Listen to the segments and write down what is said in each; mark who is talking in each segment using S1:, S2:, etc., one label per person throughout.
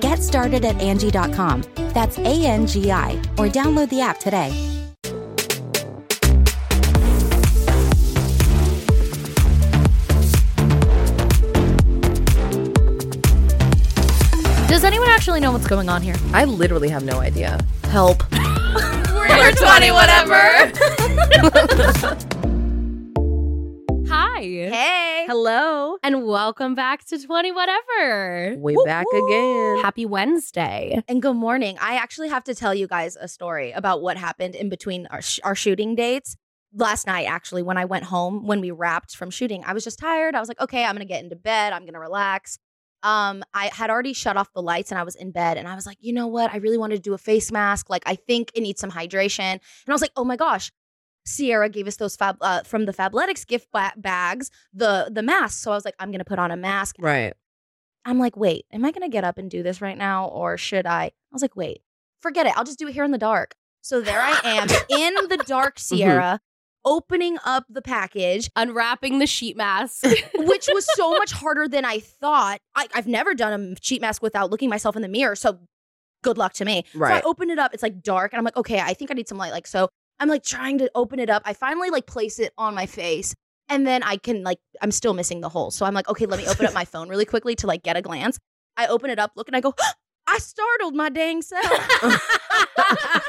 S1: Get started at Angie.com. That's A N G I, or download the app today.
S2: Does anyone actually know what's going on here?
S3: I literally have no idea. Help.
S2: We're 20, whatever. Hi.
S4: Hey.
S2: Hello. And welcome back to 20, whatever.
S3: Way back again.
S2: Happy Wednesday.
S4: And good morning. I actually have to tell you guys a story about what happened in between our, sh- our shooting dates. Last night, actually, when I went home, when we wrapped from shooting, I was just tired. I was like, okay, I'm going to get into bed. I'm going to relax. Um, I had already shut off the lights and I was in bed. And I was like, you know what? I really wanted to do a face mask. Like, I think it needs some hydration. And I was like, oh my gosh. Sierra gave us those fab uh, from the Fabletics gift ba- bags, the the mask. So I was like, I'm gonna put on a mask.
S3: Right.
S4: I'm like, wait, am I going to get up and do this right now or should I? I was like, wait, forget it. I'll just do it here in the dark. So there I am in the dark
S2: Mm-hmm.
S4: Sierra, opening up the package,
S2: Unwrapping the sheet mask.
S4: which was so much harder than I thought. I, I've never done a sheet mask without looking myself in the mirror. So good luck to me.
S3: Right.
S4: So I open it up. It's like dark. And I'm like, okay, I think I need some light. Like, so I'm like trying to open it up. I finally like place it on my face. And then I can like, I'm still missing the hole. So I'm like, okay, let me open up my phone really quickly to like get a glance. I open it up, look, and I go, I startled my dang self. Like,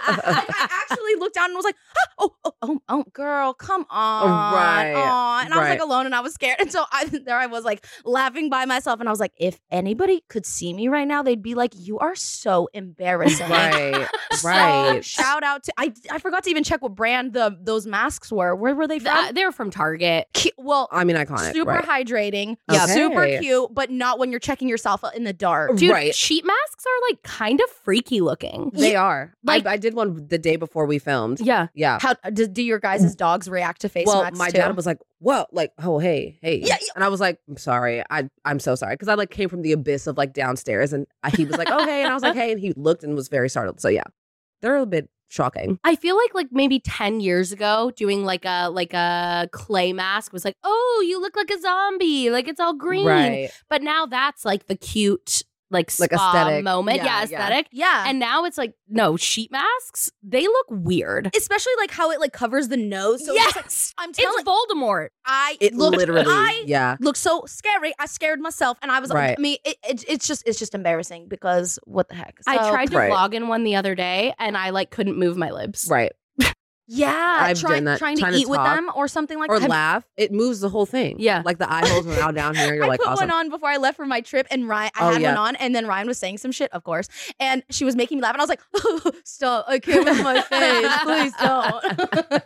S4: I actually looked down and was like, oh, oh, oh, oh, girl, come on.
S3: Oh, Right,
S4: aw." And I was
S3: right.
S4: like alone and I was scared. And so I, there I was like laughing by myself. And I was like, if anybody could see me right now, they'd be like, you are so embarrassing.
S3: Right.
S4: So, um,
S3: right.
S4: shout out to I I forgot to even check what brand the those masks were. Where were they from?
S2: Th- They're from Target.
S4: Cu- well,
S3: I mean, iconic.
S4: super
S3: right.
S4: hydrating,
S3: Yeah.
S4: super
S3: Okay.
S4: cute, but not when you're checking yourself in the dark.
S2: Dude,
S3: Right.
S2: sheet masks are like kind of freaky looking.
S3: They are.
S2: like-
S3: I, I did one the day before we filmed.
S2: Yeah.
S3: Yeah.
S4: How do, do your guys' dogs react to face
S3: Mm. well,
S4: masks?
S3: my
S4: too?
S3: dad was like, "Whoa, like, oh, hey, hey,"
S4: Yeah, yeah.
S3: and I was like, "I'm sorry, I, I'm so sorry," because I like came from the abyss of like downstairs, and I- he was like, "Oh, hey," and I was like, "Hey," and he looked and was very startled. So yeah, they're a bit shocking.
S2: I feel like like maybe 10 years ago doing like a like a clay mask was like, "Oh, you look like a zombie. Like it's all green."
S3: Right.
S2: But now that's like the cute like spa
S3: Like aesthetic.
S2: moment.
S3: Yeah,
S2: Yeah,
S3: yeah.
S2: aesthetic.
S4: yeah,
S2: And now it's like, no, sheet masks, they look weird.
S4: especially like how it like covers the nose. So it's just, like,
S2: yes.
S4: I'm
S2: It's,
S4: telling
S2: Voldemort.
S4: I
S3: It
S4: looked,
S3: literally,
S4: I
S3: yeah.
S4: looked so scary. I scared myself, and I was
S3: Right.
S4: like, I mean, it, it, it's just it's just embarrassing because what the heck?
S2: I
S4: So-
S2: tried to
S3: Right.
S2: log in one the other day and I like couldn't move my lips.
S3: Right.
S4: Yeah,
S3: I've
S4: try-
S3: done that,
S4: trying to
S3: trying to
S4: eat with
S3: talk.
S4: them or something like
S3: or
S4: that.
S3: laugh. It moves the whole thing.
S2: Yeah.
S3: Like the eye holes are now down here. You're
S4: I
S3: like,
S4: put
S3: awesome.
S4: one on before I left for my trip, and Ryan, I
S3: Oh,
S4: had
S3: yeah.
S4: one on, and then Ryan was saying some shit, of course, and she was making me laugh, and I was like, "Stop! I can't with my face. Please don't."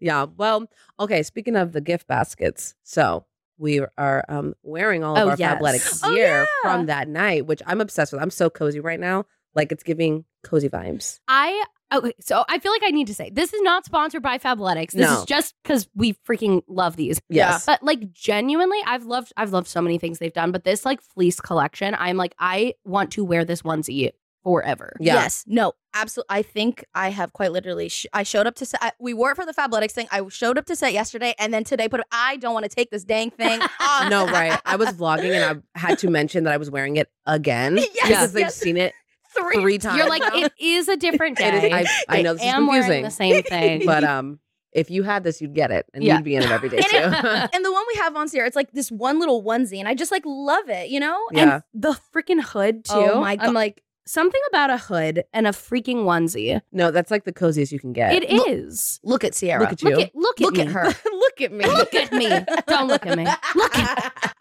S3: yeah. Well, okay. Speaking of the gift baskets, so we are um, wearing all of
S2: Oh,
S3: our
S2: yes.
S3: Fabletics
S4: Oh,
S3: gear
S4: yeah.
S3: from that night, which I'm obsessed with. I'm so cozy right now. Like it's giving cozy vibes.
S2: I okay, so I feel like I need to say this is not sponsored by Fabletics. This
S3: No.
S2: is just because we freaking love these.
S3: Yes.
S2: But like genuinely, I've loved I've loved so many things they've done, but this like fleece collection, I'm like, I want to wear this onesie forever.
S3: Yeah.
S4: Yes, no, absolutely. I think I have quite literally. Sh- I showed up to set. I, we wore it for the Fabletics thing. I showed up to set yesterday, and then today put. it- I don't want to take this dang thing. off.
S3: No, right. I was vlogging and I had to mention that I was wearing it again.
S4: Yes,
S3: Because they've
S4: yes.
S3: seen it
S4: three.
S3: three times.
S2: You're like,
S3: now.
S2: it is a different
S3: It
S2: day.
S3: is- I, I know this is
S2: am wearing
S3: confusing.
S2: the same thing.
S3: But um If you had this, you'd get it, and
S2: Yeah.
S3: you'd be in it every day
S4: And
S3: too.
S4: And the one we have on Sierra, it's like this one little onesie, and I just like love it, you know?
S3: Yeah.
S2: And the freaking hood too.
S4: Oh my
S2: I'm
S4: God.
S2: like something about a hood and a freaking onesie.
S3: no, that's like the coziest you can get.
S2: It
S4: Look-
S2: is.
S4: Look at Sierra.
S3: Look at you.
S2: Look at look at,
S4: Look at
S2: me.
S4: her.
S3: Look at me.
S2: Look at me. Don't look at me. Look
S4: at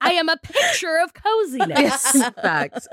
S2: I am a picture of coziness.
S3: Yes. Facts.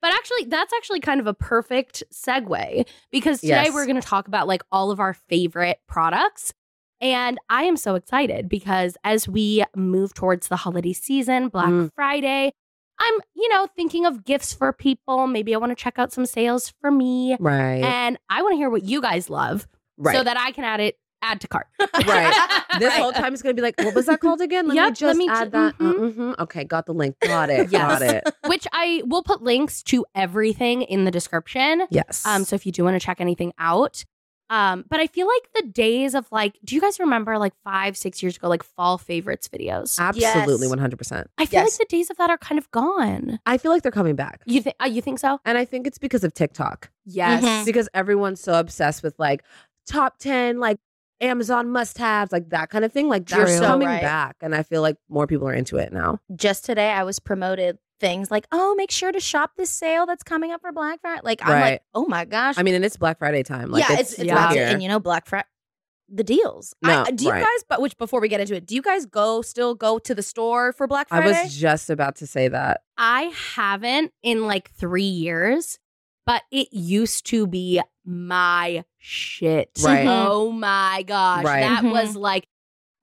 S2: But actually, that's actually kind of a perfect segue because today
S3: Yes.
S2: we're going to talk about like all of our favorite products. And I am so excited because as we move towards the holiday season, Black
S3: Mm.
S2: Friday, I'm, you know, thinking of gifts for people. Maybe I want to check out some sales for me.
S3: Right.
S2: And I want to hear what you guys love
S3: right.
S2: so that I can add it, add to cart.
S3: Right. this
S2: Right.
S3: whole time is going to be like, what was that called again? Let
S2: Yep,
S3: me
S2: let
S3: just
S2: me ju-
S3: add that. Uh, mhm. Okay, got the link. Got it.
S2: Yes.
S3: Got it.
S2: Which I will put links to everything in the description.
S3: Yes.
S2: Um, so if you do want to check anything out. Um, but I feel like the days of like, do you guys remember like five, six years ago, like fall favorites videos?
S3: Absolutely,
S4: Yes.
S3: 100%.
S2: I feel
S4: Uh, yes.
S2: like the days of that are kind of gone.
S3: I feel like they're coming back.
S2: You think? Uh, you think so?
S3: And I think it's because of TikTok.
S2: Yes.
S4: Mhm.
S3: Because everyone's so obsessed with like top 10, like Amazon must haves, like that kind of thing. Like
S4: You're
S3: that's
S4: so
S3: coming
S4: right.
S3: back. And I feel like more people are into it now.
S4: Just today, I was promoted things like, oh, make sure to shop this sale that's coming up for Black Friday. Like, I'm
S3: Right.
S4: like, oh my gosh.
S3: I mean, and it's Black Friday time. Like,
S4: yeah, it's, it's
S2: yeah.
S4: about to-
S3: here.
S4: and you know Black Friday, the deals.
S3: No,
S4: I, do you
S3: right.
S4: guys? But which before we get into it, do you guys go still go to the store for Black
S3: I
S4: Friday?
S3: was just about to say that.
S2: I haven't in like three years, but it used to be my shit.
S3: Right.
S4: Mhm.
S2: Oh my gosh.
S3: Mm-hmm. Right. Mm-hmm.
S2: That
S4: Mhm.
S2: was like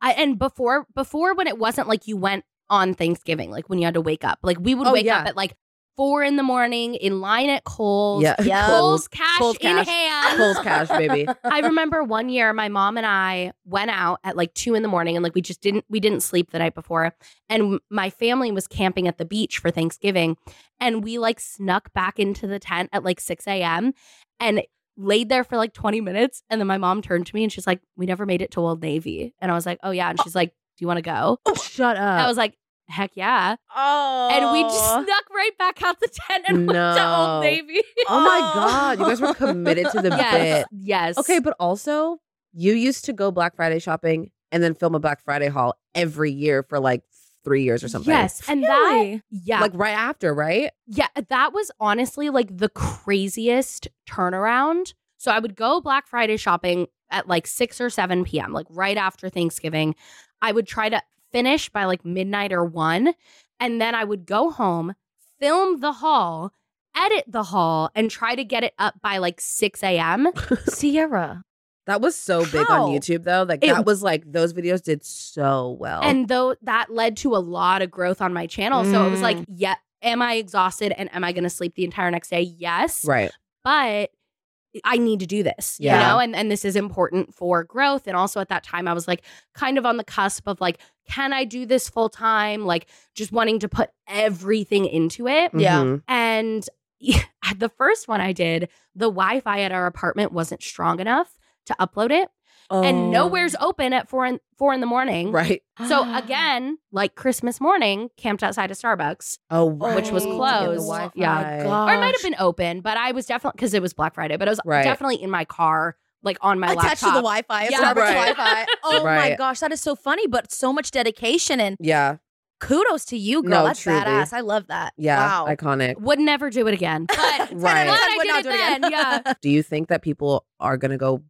S2: I and before before when it wasn't like you went on Thanksgiving, like when you had to wake up. Like we would
S3: Oh,
S2: wake
S3: yeah.
S2: up at like four in the morning in line at Kohl's.
S3: Yeah.
S4: Yeah.
S2: Kohl's cash
S3: Kohl's
S2: in
S3: cash.
S2: hand.
S3: Kohl's cash, baby.
S2: I remember one year my mom and I went out at like two in the morning and like we just didn't we didn't sleep the night before. And my family was camping at the beach for Thanksgiving. And we like snuck back into the tent at like 6 a.m. and laid there for like 20 minutes. And then my mom turned to me and she's like, We never made it to Old Navy. And I was like, Oh yeah. And she's like, Do you want to go?
S3: Shut up.
S2: I was like, Heck yeah.
S4: oh,
S2: And we just snuck right back out the tent and went to
S3: No.
S2: Old Navy.
S3: Oh my God, you guys were committed to the
S2: yes. Yes.
S3: Okay, but also you used to go Black Friday shopping and then film a Black Friday haul every year for like three years or something.
S2: Yes. And that
S4: Really?
S2: yeah.
S3: Like right after, right?
S2: Yeah, that was honestly like the craziest turnaround. So I would go Black Friday shopping at like 6 or 7 p.m., like right after Thanksgiving. I would try to finish by like midnight or 1, and then I would go home, film the haul, edit the haul, and try to get it up by like 6 a.m.
S4: Sierra.
S3: That was so big on
S4: How?
S3: YouTube though. Like
S2: It-
S3: that was like those videos did so well.
S2: And though that led to a lot of growth on my channel. So it was like,
S4: Mm.
S2: yeah, am I exhausted and am I going to sleep the entire next day? Yes.
S3: right.
S2: but I need to do this,
S3: Yeah.
S2: you know, and, and this is important for growth. And also at that time, I was like kind of on the cusp of like, can I do this full time? Like just wanting to put everything into it.
S4: Yeah.
S3: Mhm.
S2: And the first one I did, the Wi Fi at our apartment wasn't strong enough to upload it, and nowhere's open at four in, four in the morning.
S3: Oh. Right.
S2: So again, like Christmas morning, camped outside of Starbucks,
S3: Oh,
S2: which was
S3: right. To get the
S2: closed.
S3: Wi-Fi.
S2: Yeah. or it might have been open, but I was definitely because it was Black Friday, but I was
S3: Right.
S2: definitely in my car, like on my
S4: Attached to the
S2: laptop.
S4: Wi-Fi, it's
S2: Yeah,
S4: Starbucks
S3: right.
S4: Wi-Fi. Oh my
S3: Right.
S4: gosh, that is so funny, but so much dedication and
S3: Yeah.
S4: kudos to you, girl.
S3: No,
S4: That's
S3: truly.
S4: badass. I love that.
S3: Yeah.
S4: wow.
S3: Iconic.
S2: Would never do it again. But
S4: Ten
S3: Right.
S2: Glad
S4: out of ten
S2: I
S4: would
S2: did
S4: not
S2: it
S4: do it again.
S2: then, yeah.
S3: Do you think that people are gonna go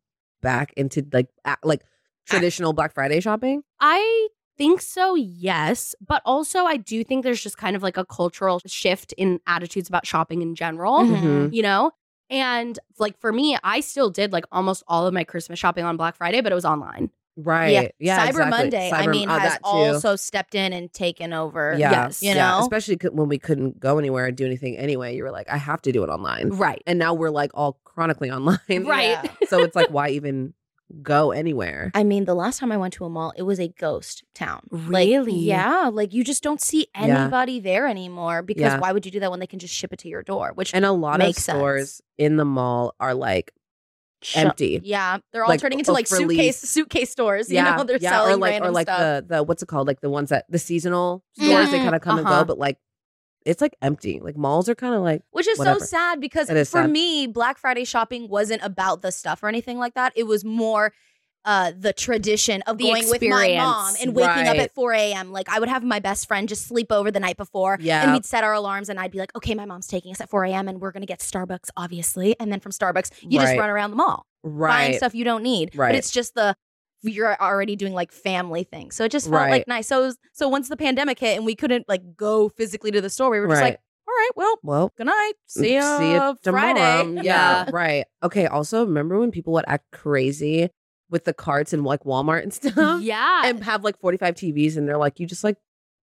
S3: back into like a- like traditional Black Friday shopping?
S2: I think so, yes. But also, I do think there's just kind of like a cultural shift in attitudes about shopping in general,
S3: Mm-hmm.
S4: Mhm.
S2: you know? And like for me, I still did like almost all of my Christmas shopping on Black Friday, but it was online.
S3: Right. Yeah.
S4: Cyber
S3: exactly.
S4: Monday, I
S3: Cyber-
S4: mean,
S3: oh,
S4: has
S3: that too.
S4: also stepped in and taken over.
S3: Yeah.
S2: Yes.
S4: You
S3: yeah.
S4: know?
S3: Especially c- when we couldn't go anywhere and do anything anyway. You were like, I have to do it online.
S2: Right.
S3: And now we're like all chronically online.
S2: Right.
S4: Yeah.
S3: so it's like, why even go anywhere?
S4: I mean, the last time I went to a mall, it was a ghost town. Like,
S2: Really?
S4: yeah. Like you just don't see
S3: Yeah.
S4: anybody there anymore because
S3: Yeah.
S4: why would you do that when they can just ship it to your door? Which
S3: And a lot of
S4: Makes
S3: stores
S4: sense.
S3: in the mall are like
S4: sh-
S3: empty.
S4: Yeah, they're all
S3: Like,
S4: turning into like
S3: for
S4: suitcase
S3: lease.
S4: suitcase stores. You know, they're
S3: yeah,
S4: selling
S3: or like
S4: random
S3: or like
S4: stuff.
S3: the the what's it called? Like the ones that the seasonal stores they
S4: Mhm.
S3: kind of come and
S2: Uh-huh.
S3: go, but like it's like empty. Like malls are kind of like
S4: which is
S3: whatever.
S4: so sad because
S3: It is
S4: for
S3: sad.
S4: me, Black Friday shopping wasn't about the stuff or anything like that. It was more uh, the tradition of
S2: The
S4: going with my
S2: experience.
S4: mom and waking up
S3: Right.
S4: at 4 a.m. Like I would have my best friend just sleep over the night before. And
S3: Yeah.
S4: we'd set our alarms and I'd be like, okay, my mom's taking us at 4 a.m. and we're going to get Starbucks, obviously. And then from Starbucks, you just
S3: Right.
S4: run around the mall buying
S3: right.
S4: stuff you don't need. But
S3: Right.
S4: it's just the, you're already doing like family things. So it just felt
S3: Right.
S4: like nice. So, it was- so once the pandemic hit and we couldn't like go physically to the store, we were just
S3: Right.
S4: like, all right, well,
S3: Well,
S4: good night. See ya,
S3: Mm, See ya
S4: Friday.
S2: Yeah.
S3: tomorrow. Yeah, right. Okay. Also, remember when people would act crazy with the carts and like Walmart and stuff,
S2: yeah.
S3: and have like forty five TVs, and they're like, you just like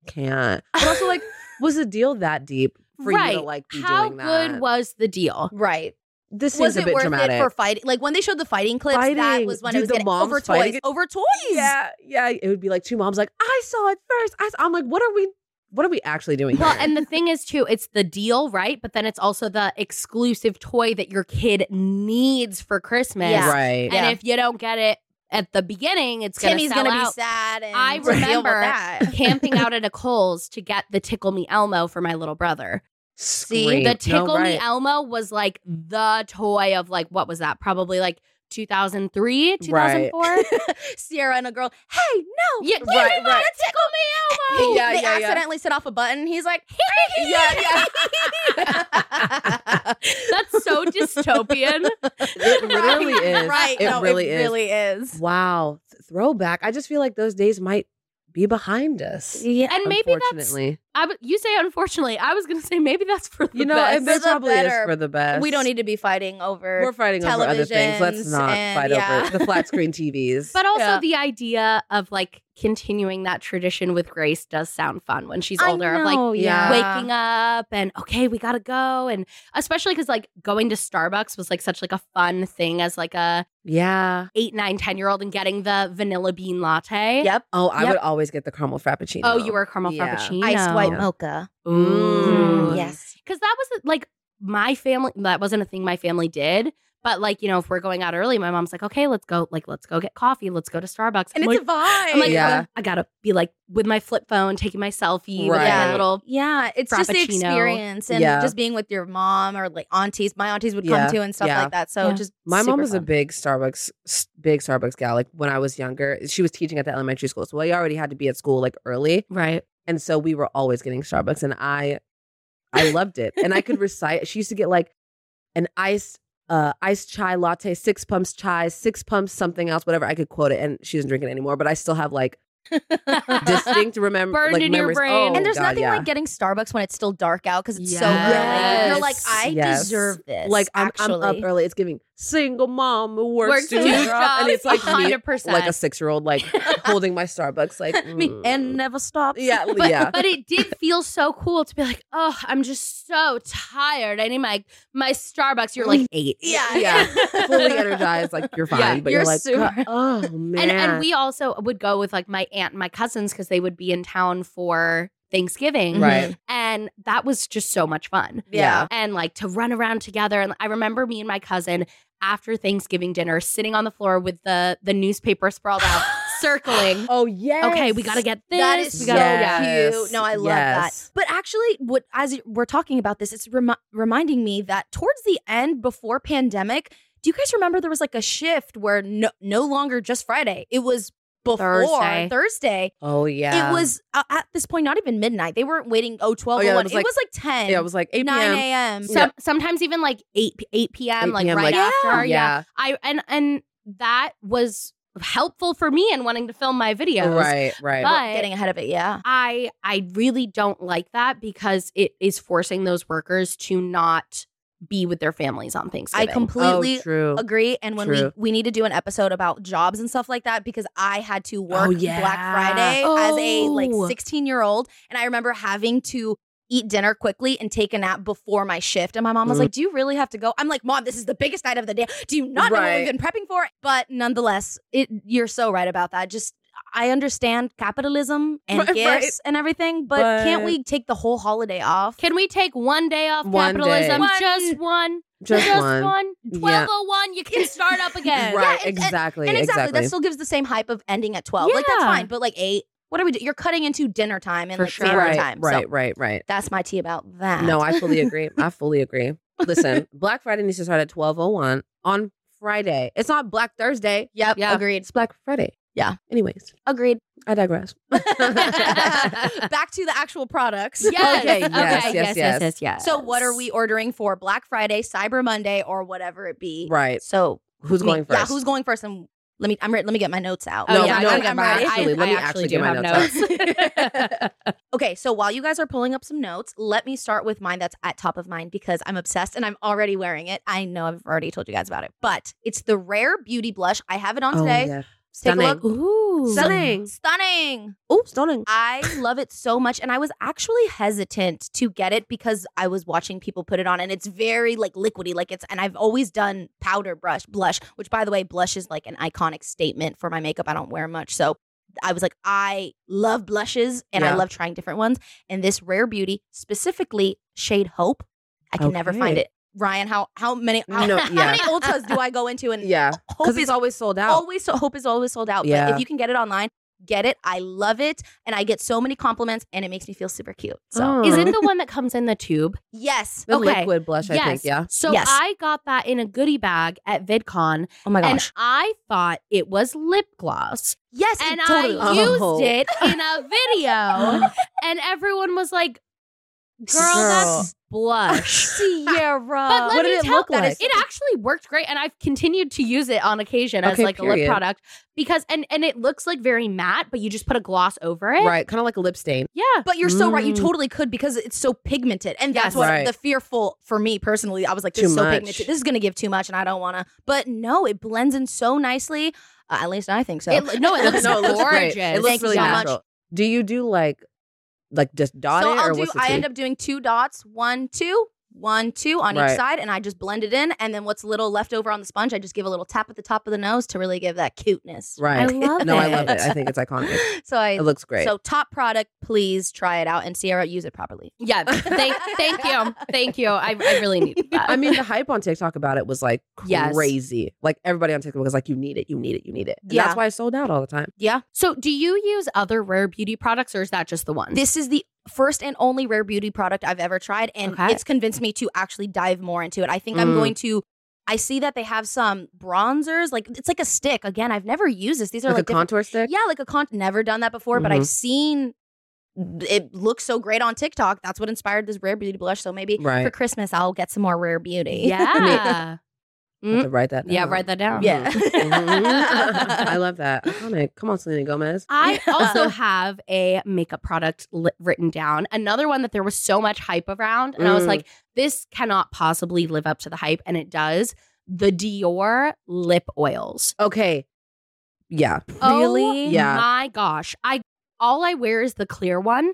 S3: can't. But also, like, was the deal that deep for you to
S2: Right.
S3: like be
S2: How
S3: doing that?
S2: good was the deal?
S4: Right.
S3: this
S4: was
S3: is a
S4: it
S3: bit
S4: worth
S3: dramatic
S4: it for fighting? Like when they showed the fighting clips, that
S3: Fighting.
S4: was when it
S3: Dude,
S4: was
S3: the
S4: getting
S3: moms
S4: over toys.
S3: fighting.
S4: Over toys.
S3: Yeah, yeah. It would be like two moms, like I saw it first. I saw. I'm like, what are we? What are we actually doing?
S2: Well,
S3: here?
S2: and the thing is too, it's the deal, right? But then it's also the exclusive toy that your kid needs for Christmas.
S4: Yeah.
S3: right,
S2: And
S4: Yeah.
S2: if you don't get it at the beginning, it's
S4: Timmy's
S2: gonna,
S4: gonna
S2: sell
S4: be
S2: out.
S4: sad. And
S2: I
S4: deal with
S2: remember
S4: that.
S2: camping out at a Kohl's to get the Tickle Me Elmo for my little brother.
S3: see
S2: The Tickle Me Elmo was like the toy of like what was that? Probably like 2003, 2004.
S4: Sierra and a girl. Hey, no,
S2: Yeah,
S4: you
S2: right,
S4: didn't wanna
S2: right.
S4: tickle me, Elmo.
S3: Yeah,
S4: they
S3: yeah, yeah.
S4: accidentally set off a button. He's like,
S3: Yeah,
S4: yeah.
S2: That's so dystopian.
S3: It really is.
S4: Right.
S3: It
S4: no,
S3: really
S4: it
S3: is.
S4: really is.
S3: Wow, Th- throwback. I just feel like those days might be behind us.
S4: Yeah.
S2: And maybe that's
S3: unfortunately,
S2: I w- you say unfortunately. I was gonna say maybe that's for the
S3: you know,
S2: best.
S3: it
S4: For the
S3: probably
S4: better.
S3: is for the best.
S4: We don't need to be fighting over.
S3: We're fighting over other things. Let's
S4: televisions
S3: not
S4: and-
S3: fight
S4: yeah.
S3: over the flat screen TVs.
S2: But also
S4: Yeah.
S2: the idea of like continuing that tradition with Grace does sound fun when she's
S4: I
S2: older. Of
S4: know,
S2: like
S4: yeah.
S2: waking up and okay, we gotta go, and especially because like going to Starbucks was like such like a fun thing as like a
S3: yeah.
S2: eight, nine, ten year old and getting the vanilla bean latte.
S4: Yep.
S3: Oh, I
S2: Yep.
S3: would always get the caramel frappuccino.
S2: Oh, you were a caramel
S3: Yeah.
S2: frappuccino,
S4: Iced white
S3: Yeah.
S4: mocha.
S2: Ooh.
S3: Mm,
S4: yes.
S2: because that was like my family that wasn't a thing my family did but like you know if we're going out early my mom's like okay let's go like let's go get coffee let's go to starbucks
S4: And
S2: I'm like,
S4: it's a vibe.
S2: I'm like,
S3: Yeah.
S2: oh, I gotta be like with my flip phone, taking my selfie with like, my
S4: Right.
S2: little.
S4: Yeah, it's just the
S2: Frappuccino.
S4: experience and
S3: Yeah.
S4: just being with your mom or like aunties. My aunties would come
S3: Yeah,
S4: too and stuff
S3: yeah.
S4: like that. So
S2: Yeah.
S4: just
S3: My mom
S4: super
S3: was a
S4: fun.
S3: big Starbucks, s- big Starbucks gal. Like when I was younger, she was teaching at the elementary school, so we already had to be at school like early,
S2: Right.
S3: and so we were always getting Starbucks, and I, I loved it, and I could recite. She used to get like an iced, uh, iced chai latte, six pumps chai, six pumps something else, whatever. I could quote it, and she doesn't drink it anymore, but I still have like distinct remember,
S2: Burned
S3: like
S2: in your
S3: memories.
S2: brain.
S3: Oh,
S4: and there's
S3: God,
S4: nothing
S3: yeah.
S4: like getting Starbucks when it's still dark out because it's so
S2: Yes.
S4: early. You're like, I
S3: Yes.
S4: deserve this.
S3: like I'm,
S4: actually.
S3: I'm up early. It's giving single mom who works,
S2: Works
S3: two
S2: two
S3: jobs, and it's like me,
S2: hundred percent.
S3: like a six year old, like holding my Starbucks, like
S4: Me- and never stops.
S3: Mm. yeah,
S2: but,
S3: yeah,
S2: but it did feel so cool to be like, oh, I'm just so tired. I need my my Starbucks. You're like eight.
S4: Yeah.
S3: yeah, fully energized, like you're fine,
S2: Yeah,
S3: but
S4: you're
S3: you're, like,
S4: super-
S3: "God, oh
S2: And
S3: man,
S2: and we also would go with like my aunt and my cousins because they would be in town for Thanksgiving.
S3: right,
S2: And that was just so much fun.
S4: Yeah.
S2: And like to run around together. And I remember me and my cousin after Thanksgiving dinner sitting on the floor with the the newspaper sprawled out, circling.
S3: oh yeah,
S2: Okay, we gotta get this.
S4: That is
S2: we
S4: so
S2: gotta
S3: Yes.
S4: cute. No, I love
S3: Yes.
S4: that. But actually, what as we're talking about this, it's remi- reminding me that towards the end, before pandemic, do you guys remember there was like a shift where no, no longer just Friday? It was before
S2: Thursday.
S4: Thursday.
S3: oh yeah,
S4: It was uh, at this point not even midnight. They weren't waiting. Oh, 12,
S3: Oh, yeah, that
S4: 11.
S3: was
S4: it
S3: like-
S4: was like ten.
S3: yeah, it was like eight
S4: 9
S3: p.m.
S4: a.m.
S2: Some, Sometimes even like 8, p- 8 p.m.,
S3: 8
S2: like
S3: p.m.,
S2: right
S3: like,
S2: after.
S3: yeah,
S2: I and and that was helpful for me in wanting to film my videos.
S3: right, right,
S2: But-
S4: getting ahead of it. Yeah.
S2: I I really don't like that because it is forcing those workers to not be with their families on
S4: I
S2: Thanksgiving.
S4: completely
S3: oh true,
S4: agree. And when
S3: True.
S4: we we need to do an episode about jobs and stuff like that because I had to work
S3: Oh, yeah.
S4: Black Friday as a
S2: Oh.
S4: like 16 year old, and I remember having to eat dinner quickly and take a nap before my shift. And my mom was
S3: Mm.
S4: like, "Do you really have to go?" I'm like, "Mom, this is the biggest night of the day. Do you not know what we've
S3: Right.
S4: been prepping for?" But nonetheless, it you're so right about that. Just I understand capitalism and
S3: Right,
S4: gifts
S3: right.
S4: and everything, but,
S3: But-
S4: can't we take the whole holiday off?
S2: Can we take one day off
S3: One
S2: capitalism?
S3: day.
S2: Just one.
S3: just one, Yeah.
S2: Twelve oh one. You can start up again.
S3: right,
S4: and- and-
S3: exactly,
S4: And exactly, that still gives the same hype of ending at 12. Like, that's
S2: Yeah.
S4: fine. But like eight, what are we doing? You're cutting into dinner time and
S2: For
S4: like
S2: sure.
S4: family
S3: right,
S4: time.
S3: right,
S4: So
S3: right, right.
S4: that's my tea about that.
S3: No, I fully agree. I fully agree. Listen, Black Friday needs to start at twelve oh one on Friday. It's not Black Thursday.
S4: Yep.
S2: Yeah.
S4: Agreed.
S3: It's Black Friday.
S4: Yeah.
S3: Anyways,
S4: Agreed.
S3: I digress.
S4: Back to the actual products.
S2: Yes.
S3: Okay, yes, yes,
S2: yes, yes,
S3: yes.
S2: yes, yes.
S4: So what are we ordering for Black Friday, Cyber Monday, or whatever it be?
S3: Right.
S4: So
S3: Who's
S4: me-
S3: going first?
S4: Yeah, who's going first? And let me I'm re- let me get my notes out.
S2: Oh,
S3: no,
S2: yeah, I
S3: no,
S2: gotta get
S3: I'm
S2: mine.
S3: actually,
S2: I-
S3: let me
S2: I actually
S3: actually
S2: do
S3: get my
S2: have
S3: notes. out.
S4: Okay, so while you guys are pulling up some notes, let me start with mine that's at top of mind because I'm obsessed and I'm already wearing it. I know I've already told you guys about it, but it's the rare beauty blush. I have it on
S3: Oh,
S4: today.
S3: yeah.
S4: Take a
S3: Stunning.
S4: look.
S2: Ooh.
S3: Stunning.
S4: Stunning.
S3: Oh, stunning.
S4: I love it so much. And I was actually hesitant to get it because I was watching people put it on and it's very like liquidy. Like it's, and I've always done powder brush, blush, which by the way, blush is like an iconic statement for my makeup. I don't wear much. So I was like, I love blushes and I
S3: Yeah.
S4: love trying different ones. And this rare beauty, specifically shade hope, I can never find
S3: Okay.
S4: it. Ryan, how how many how,
S3: No,
S4: how
S3: yeah.
S4: many ultas do I go into and
S3: Yeah.
S4: hope
S3: Because
S4: is
S3: it's always sold out.
S4: always so hope is always sold out. But
S3: Yeah.
S4: if you can get it online, get it. I love it, and I get so many compliments, and it makes me feel super cute. So
S3: Oh.
S2: Is it the one that comes in the tube?
S4: yes,
S3: the
S2: okay.
S3: liquid blush, I think. Yeah.
S2: So
S4: Yes.
S2: I got that in a goodie bag at VidCon,
S4: oh my
S2: and I thought it was lip gloss,
S4: yes,
S2: and
S4: it totally
S2: I
S4: was.
S3: you- Oh.
S2: used it in a video, and everyone was like, "Girl, that's blush."
S4: Sierra.
S2: But let
S3: Uh, What
S2: me
S3: did it
S2: tell
S3: look
S2: that is-
S3: like?
S2: it actually worked great, and I've continued to use it on occasion as
S3: Okay,
S2: like a lip
S3: period.
S2: product because and and it looks like very matte, but you just put a gloss over it.
S3: Right. Kind of like a lip stain.
S2: Yeah.
S4: but you're so right. You
S3: Mm.
S4: totally could because it's so pigmented, and that's
S2: Yes.
S4: what
S3: Right.
S4: the fearful for me personally. I was like, this
S3: Too
S4: is so
S3: much.
S4: pigmented. This is gonna give too much, and I don't want to. But no, it blends in so nicely. Uh, at least I think so.
S2: It, no, it looks
S3: no, it looks
S2: gorgeous.
S3: great. It looks
S4: Thank you
S3: really
S4: so much.
S3: natural. Do you do like, like just dot
S4: so
S3: it,
S4: I'll
S3: or
S4: do.
S3: what's the
S4: I
S3: tea?
S4: end up doing two dots, one, two, one, two on each
S3: Right.
S4: side, and I just blend it in. And then what's little left over on the sponge, I just give a little tap at the top of the nose to really give that cuteness.
S2: I
S3: Right.
S2: love
S3: no,
S2: it.
S3: I love it. I think it's iconic.
S4: So I.
S3: It looks great.
S4: So top product, please try it out. And Sierra, use it properly.
S2: Yeah. Thank, thank you. Thank you. I, I really need that.
S3: I mean, the hype on TikTok about it was like
S2: Yes.
S3: crazy. Like everybody on TikTok was like, "You need it, you need it, you need it." And
S4: Yeah.
S3: That's why I sold out all the time.
S4: Yeah.
S2: so do you use other rare beauty products or is that just the one?
S4: This is the first and only rare beauty product I've ever tried, and
S2: Okay.
S4: it's convinced me to actually dive more into it. I think I'm
S3: Mm.
S4: going to. I see that they have some bronzers, like it's like a stick. Again, I've never used this. These are
S3: Like,
S4: like,
S3: a
S4: different-
S3: contour stick.
S4: Yeah, like a con. Never done that before, but I've
S3: Mm-hmm.
S4: seen it looks so great on TikTok. That's what inspired this rare beauty blush. So maybe
S3: Right.
S4: for Christmas, I'll get some more rare beauty.
S2: yeah.
S3: I have to write that.
S2: Mm-hmm. yeah.
S3: down.
S2: Write that down.
S4: Yeah.
S3: Mhm. I love that. Iconic. Come on, Selena Gomez.
S2: I also have a makeup product li- written down. Another one that there was so much hype around, and I was
S3: Mm.
S2: like, "This cannot possibly live up to the hype," and it does. The Dior lip oils.
S3: Okay. Yeah.
S2: Oh,
S4: Really?
S3: Yeah.
S2: My gosh, I all I wear is the clear one,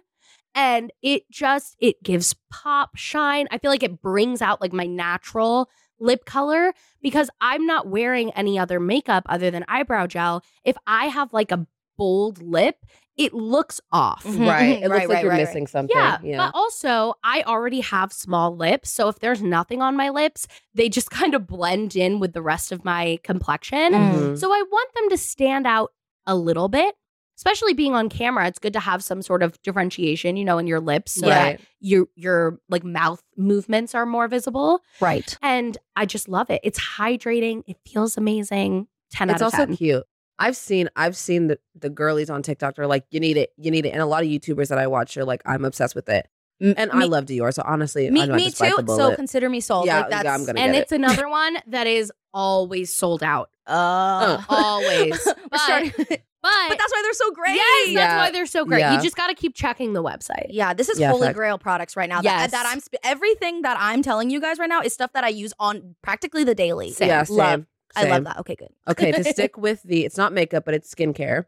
S2: and it just it gives pop shine. I feel like it brings out like my natural lip color because I'm not wearing any other makeup other than eyebrow gel. If I have like a bold lip, it looks off.
S4: Mhm, mhm,
S3: Right. It looks
S4: right,
S3: like
S4: right,
S3: you're
S4: right, right.
S3: missing something.
S2: Yeah,
S3: Mm, Yeah.
S2: but also I already have small lips, so if there's nothing on my lips, they just kind of blend in with the rest of my complexion.
S4: Mm.
S3: Mhm.
S2: So I want them to stand out a little bit, especially being on camera. It's good to have some sort of differentiation, you know, in your lips so that
S3: Right.
S2: your your like mouth movements are more visible.
S4: Right.
S2: And I just love it. It's hydrating. It feels amazing. Ten
S3: It's
S2: out of
S3: also
S2: ten.
S3: cute. I've seen I've seen the, the girlies on TikTok. They're like, you need it, you need it, and a lot of YouTubers that I watch are like, I'm obsessed with it, and I
S4: me-
S3: love Dior. So honestly, I
S4: Me,
S3: know I
S4: me
S3: just bite
S4: too.
S3: the
S4: So
S3: bullet.
S4: consider me sold.
S3: Yeah,
S4: like
S3: yeah,
S4: that's,
S3: I'm gonna
S2: And
S3: get
S2: it's another one that is always sold out.
S4: Uh,
S2: Always.
S4: We're
S2: But-
S4: starting- but,
S2: But
S4: that's why they're so great.
S2: Yes, that's
S3: Yeah.
S2: why they're so great. You
S3: Yeah.
S2: just got to keep checking the website.
S4: Yeah, this is
S3: Yeah,
S4: holy
S3: fact.
S4: grail products right now.
S2: Yes.
S4: That, that I'm sp- everything that I'm telling you guys right now is stuff that I use on practically the daily.
S2: Same.
S3: Yeah, same,
S4: Love. I
S3: same.
S4: love that. Okay, good.
S3: Okay, to stick with the, it's not makeup, but it's skincare.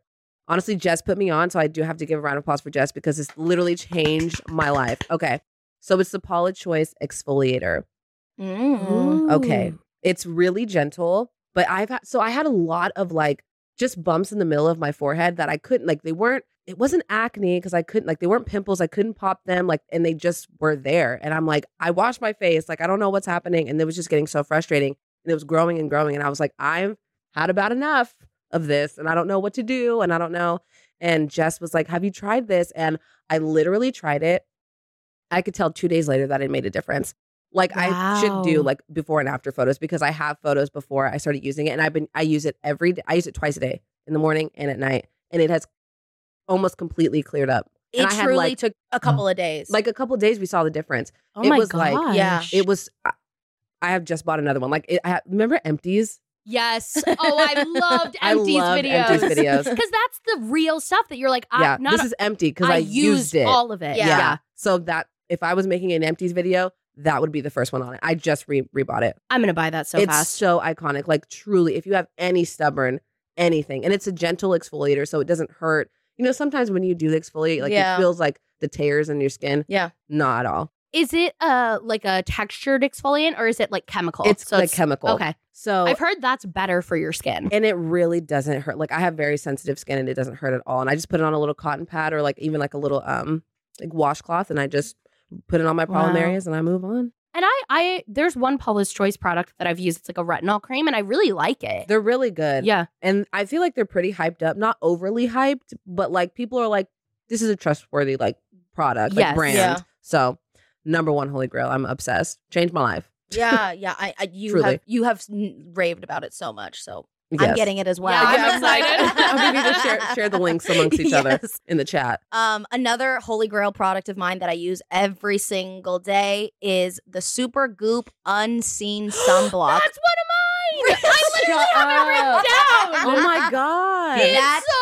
S3: Honestly, Jess put me on, so I do have to give a round of applause for Jess because it's literally changed my life. Okay, so it's the Paula Choice exfoliator.
S4: Mm.
S3: Okay. It's really gentle, but I've had, so I had a lot of like just bumps in the middle of my forehead that I couldn't like they weren't it wasn't acne because I couldn't like they weren't pimples I couldn't pop them like and they just were there and I'm like I washed my face like I don't know what's happening and it was just getting so frustrating and it was growing and growing and I was like I've had about enough of this and I don't know what to do and I don't know and Jess was like have you tried this and I literally tried it I could tell 2 days later that it made a difference Like I should do
S2: Wow.
S3: like before and after photos because I have photos before I started using it, and I've been I use it every day. I use it twice a day in the morning and at night, and it has almost completely cleared up.
S4: It
S3: And I had,
S4: truly
S3: like-
S4: took a couple of days.
S3: Like a couple days, we saw the difference.
S2: Oh
S3: It
S2: my
S3: was
S2: gosh.
S3: like-
S4: yeah,
S3: It was I, I have just bought another one. Like it, I have, remember empties?
S2: Yes. Oh, I loved
S3: I
S2: empties
S3: loved
S2: videos.
S3: empties videos.
S2: Because that's the real stuff that you're like, I,
S3: yeah,
S2: not
S3: this is empty because I,
S2: used
S3: used it.
S2: all of it.
S4: Yeah.
S3: yeah. So that if I was making an empties video, that would be the first one on it. I just re rebought it.
S2: I'm gonna buy that so
S3: it's
S2: fast.
S3: so iconic. Like truly, if you have any stubborn anything, and it's a gentle exfoliator, so it doesn't hurt. You know, sometimes when you do the exfoliate, like
S4: Yeah.
S3: it feels like the tears in your skin.
S4: Yeah.
S3: Not at all.
S2: is it uh like a textured exfoliant or is it like chemical?
S3: It's
S2: so
S3: like chemical. Oh.
S2: Okay.
S3: So
S2: I've heard that's better for your skin.
S3: and it really doesn't hurt. Like I have very sensitive skin and it doesn't hurt at all. And I just put it on a little cotton pad or like even like a little um like washcloth and I just put it on my problem
S2: Wow.
S3: areas and I move on.
S2: And I I there's one Paula's Choice product that I've used. It's like a retinol cream and I really like it.
S3: They're really good.
S2: yeah.
S3: And I feel like they're pretty hyped up, not overly hyped, but like people are like, this is a trustworthy like product,
S2: Yes.
S3: like brand.
S4: Yeah.
S3: So number one, holy grail. I'm obsessed. Changed my life.
S4: yeah, yeah. I, I you
S3: Truly.
S4: have you have n- raved about it so much, so I'm
S3: Yes.
S4: getting it as well.
S2: Yeah, I'm excited.
S3: I'm gonna share, share the links amongst each other
S4: Yes.
S3: in the chat.
S4: Um, another holy grail product of mine that I use every single day is the Super Goop Unseen Sunblock.
S2: That's one of mine. I literally
S4: Shut
S2: have it
S4: up.
S2: written down.
S3: Oh my God.
S2: It's
S4: That-
S2: so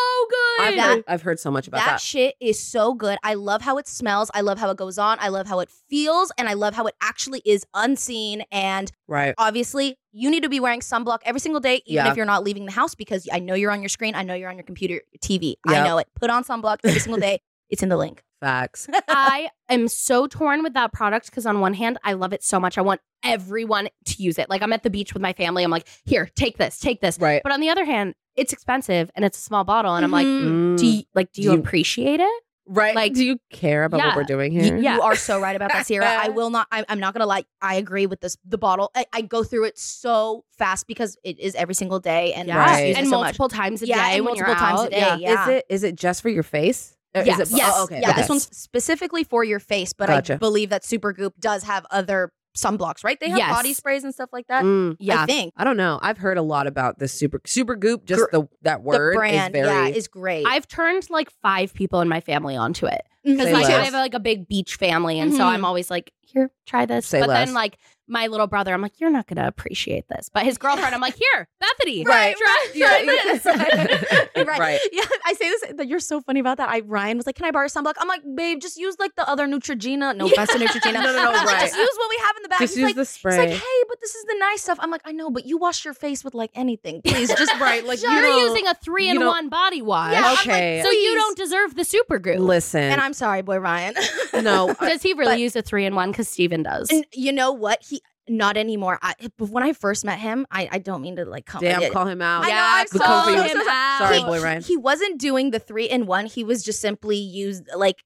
S3: I've,
S2: good.
S4: That-
S3: heard, I've heard so much about
S4: that,
S3: that.
S4: shit is so good. I love how it smells. I love how it goes on. I love how it feels. And I love how it actually is unseen. And
S3: right.
S4: obviously, you need to be wearing sunblock every single day, even
S3: Yeah.
S4: if you're not leaving the house, because I know you're on your screen. I know you're on your computer, your TV.
S3: Yep.
S4: I know it. Put on sunblock every single day. It's in the link.
S3: Facts.
S2: I am so torn with that product because on one hand, I love it so much. I want everyone to use it. Like I'm at the beach with my family. I'm like, here, take this, take this.
S3: Right.
S2: But on the other hand, it's expensive and it's a small bottle. And I'm like,
S3: Mm-hmm.
S4: Mhm.
S2: um, do you like do
S3: Do
S2: you
S3: you-
S2: appreciate it?
S3: Mm. right.
S2: like-
S3: Like, do you care about
S2: Yeah.
S3: what we're doing
S4: "Mm, Y-
S3: here?
S4: You, are so right about that, Sierra. I will not. I, I'm not gonna lie. I agree with this. The bottle. I, I go through it so fast because it is every single day, and I just
S3: Right.
S4: use it
S2: And
S4: so
S2: multiple times a
S4: Yeah,
S2: day.
S4: and
S2: when you're
S4: multiple times a
S2: out.
S4: day,
S2: Yeah.
S4: yeah.
S3: Is it is it just for your face? Or
S2: Yes.
S3: Is it,
S4: much. Yes.
S3: Oh, okay.
S4: Yeah.
S3: okay.
S4: This one's specifically for your face, but I
S3: Gotcha.
S4: believe that Super Goop does have other sunblocks, right? They have
S2: Yes.
S4: body sprays and stuff like that.
S3: Mm.
S4: I think
S3: I don't know. I've heard a lot about this super super goop. Just
S4: Gr-
S3: the that word
S4: the brand,
S3: is very
S4: yeah, is great.
S2: I've turned like five people in my family onto it.
S4: Mhm.
S2: Because
S3: Say
S2: like, I
S3: less.
S2: have like a big beach family, and so
S4: Mhm.
S2: I'm always like, "Here, try this."
S3: Say
S2: but
S3: less.
S2: then like my little brother, I'm like, "You're not gonna appreciate this." But his girlfriend, I'm like, "Here, Bethany,
S4: Right,
S2: try,
S4: Yeah,
S2: try this."
S4: yeah. right.
S3: Right.
S4: Yeah, I say this. That you're so funny about that. I Ryan was like, "Can I borrow sunblock?" I'm like, "Babe, just use like the other Neutrogena." No,
S2: Yeah.
S4: best of Neutrogena.
S3: No, no, no,
S4: I'm like,
S3: right.
S4: Just use what we have in the bag.
S3: just
S4: He's
S3: use
S4: like,
S3: the
S4: It's
S3: spray.
S4: like, hey, but this is the nice stuff. I'm like, I know, but you wash your face with like anything. Please just
S3: Right, like,
S2: You're
S3: you don't-
S2: using a three
S3: you
S2: in
S3: don't-
S2: one body wash,
S4: Yeah, I'm like,
S3: okay.
S2: so you
S4: please.
S2: don't deserve the super group.
S3: Listen.
S4: And I'm sorry, boy Ryan.
S3: no. I-
S2: Does he really
S4: But-
S2: use a three in one? Because Steven does.
S4: And you know what? He not anymore. I but when I first met him, I, I don't mean to like come
S3: damn, call him out.
S4: I know, I'm
S3: Good call for
S4: so-
S3: you.
S4: so-
S3: Sorry,
S4: he,
S3: boy Ryan.
S4: He wasn't doing the three in one. He was just simply used like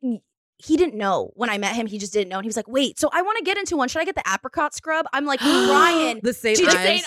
S4: he didn't know when I met him. He just didn't know, and he was like, "Wait, so I want to get into one. Should I get the apricot scrub?" I'm like, "Ryan,
S3: the Saint
S4: Did you
S3: Ives.
S4: say This,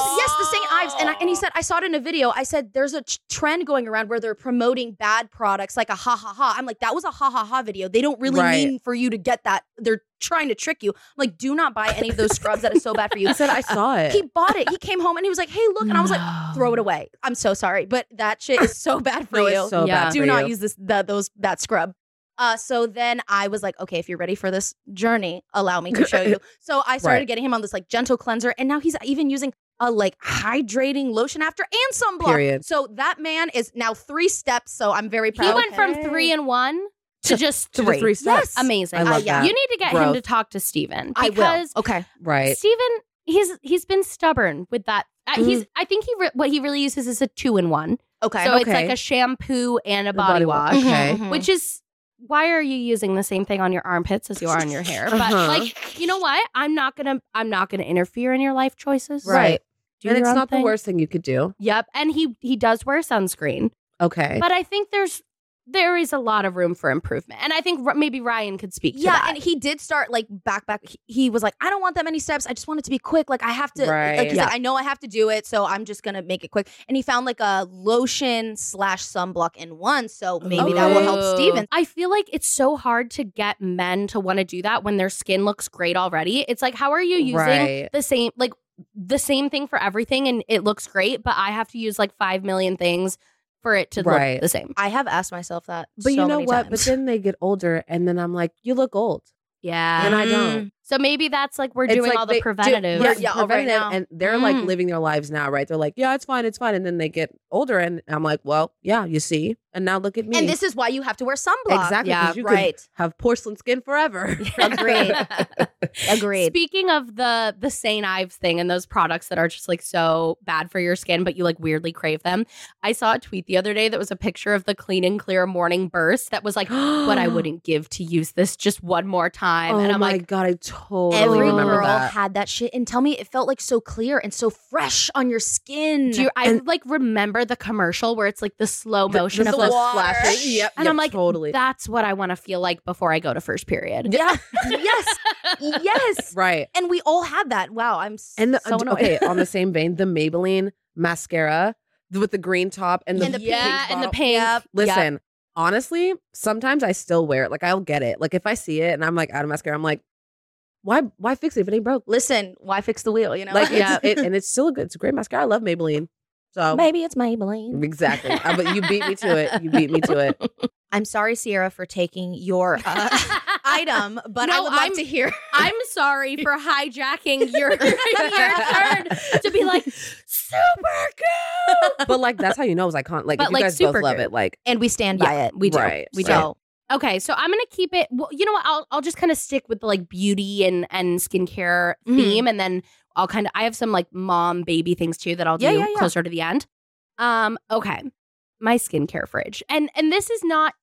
S4: yes, the St. Ives. And, I,
S3: Oh.
S4: and he said, I saw it in a video. I said, there's a t- trend going around where they're promoting bad products like a ha ha ha. I'm like, that was a ha ha ha video. They don't really
S3: Right.
S4: mean for you to get that. They're trying to trick you. I'm like, do not buy any of those scrubs that is so bad for you.
S3: He said I saw it.
S4: He bought it. He came home and he was like, hey, look. And I was like,
S3: Oh.
S4: throw it away. I'm so sorry. But that shit is so bad for
S3: No,
S4: you.
S3: it's so
S2: Yeah.
S3: bad.
S4: do
S3: for
S4: not
S3: you.
S4: use this the, those that scrub. Uh, so then I was like, okay, if you're ready for this journey, allow me to show you. So I started
S3: Right.
S4: getting him on this like gentle cleanser, and now he's even using a like hydrating lotion after and sunblock.
S3: Period.
S4: So that man is now three steps. So I'm very
S2: He
S4: proud.
S2: went from
S3: Okay.
S2: three in one to just
S3: to the
S2: three.
S3: three steps.
S2: Amazing.
S3: I love
S4: Uh, yeah.
S3: that.
S2: You need to get him
S3: Growth.
S2: to talk to Steven
S4: I will.
S2: because
S4: Okay.
S3: right.
S2: Steven, he's he's been stubborn with that. Uh, He's I think he re- what he really uses is a two in one.
S4: Okay.
S2: so it's
S3: Mm-hmm. okay.
S2: like a shampoo and a
S3: The Mm-hmm.
S2: body, wash,
S4: Mhm,
S3: Okay.
S4: mhm.
S2: which is why are you using the same thing on your armpits as you are on your hair? But
S3: Uh-huh.
S2: like, you know what? I'm not gonna I'm not gonna interfere in your life choices.
S3: Right.
S2: Do
S3: and
S2: your
S3: it's
S2: own
S3: not
S2: thing.
S3: the worst thing you could do.
S2: Yep. And he he does wear sunscreen,
S3: Okay.
S2: but I think there's there is a lot of room for improvement, and I think r- maybe Ryan could speak. To
S4: yeah,
S2: that.
S4: and he did start like back back. He, he was like, I don't want that many steps. I just want it to be quick. Like I have to. Like,
S3: Right.
S4: he's like, I know I have to do it, so I'm just gonna make it quick. And he found like a lotion slash sunblock in one, so maybe that will help
S2: Oh.
S3: Ooh.
S4: Steven.
S2: I feel like it's so hard to get men to want to do that when their skin looks great already. It's like, how are you using
S3: Right.
S2: the same like the same thing for everything and it looks great, but I have to use like five million things for it to
S3: Right.
S2: look the same.
S4: I have asked myself that,
S3: But
S4: so
S3: you know
S4: many
S3: what? But
S4: times.
S3: then they get older, and then I'm like, you look old.
S2: Yeah.
S3: And I don't.
S2: so maybe that's like we're
S3: It's
S2: doing
S3: like
S2: all
S3: they
S2: the
S3: do-
S2: preventative.
S4: yeah,
S3: Yes,
S4: all right
S3: preventative,
S4: now.
S3: and they're like
S4: Mm.
S3: living their lives now, right? They're like, yeah, it's fine, it's fine, and then they get older, and I'm like, well, yeah, you see, and now look at me.
S4: and this is why you have to wear sunblock.
S3: exactly 'cause
S4: Yeah.
S3: you could
S4: right.
S3: have porcelain skin forever.
S4: Agreed. Agreed.
S2: Speaking of the the St. Ives thing and those products that are just like so bad for your skin, but you like weirdly crave them. I saw a tweet the other day that was a picture of the clean and clear morning burst that was like what I wouldn't give to use this just one more time.
S3: oh
S2: and I'm
S3: my
S2: like,
S3: god, I totally
S4: Every
S3: remember
S4: girl
S3: that.
S4: had that shit, and tell me, it felt like so clear and so fresh on your skin.
S2: do you, I
S3: And-
S2: like remember the commercial where it's like the slow
S3: The-
S2: motion
S3: the
S2: of the,
S4: water.
S3: flashing. Yep,
S2: and
S3: yep,
S2: I'm like,
S3: totally
S2: that's what I want to feel like before I go to first period.
S4: yeah. yes. Yes.
S3: right.
S4: And we all had that. Wow. I'm s-
S3: And the,
S4: so annoyed.
S3: okay, on the same vein, the Maybelline mascara th- with the green top and the,
S4: And the
S3: pink
S2: yeah, and the
S3: bottle.
S2: pink.
S4: Yep.
S2: Yep.
S3: Listen, honestly, sometimes I still wear it. Like I'll get it. Like if I see it and I'm like out of mascara, I'm like, why? Why fix it if it ain't broke?
S4: Listen, why fix the wheel? You know,
S3: Like
S2: Yeah.
S3: it's, it, and it's still a good. It's a great mascara. I love Maybelline. So
S4: maybe it's Maybelline.
S3: exactly, Uh, but you beat me to it. You beat me to it.
S4: I'm sorry, Sierra, for taking your uh, item, but I
S2: No,
S4: would love
S2: I'm-
S4: to hear.
S2: I'm sorry for hijacking your, your turn to be like super good.
S3: But like that's how you know it was iconic. Like
S2: But,
S3: if you
S2: like,
S3: guys both
S2: super
S3: love
S2: good.
S3: it, like
S4: And we stand by it.
S2: We do.
S3: Right,
S2: We do.
S3: right.
S4: So,
S2: Okay, so I'm gonna keep it. Well, you know what? I'll I'll just kind of stick with the like beauty and and skincare
S4: Mhm.
S2: theme, and then I'll kind of I have some like mom baby things too that I'll do
S4: Yeah, yeah, yeah.
S2: closer to the end. Um, okay, my skincare fridge, and and this is not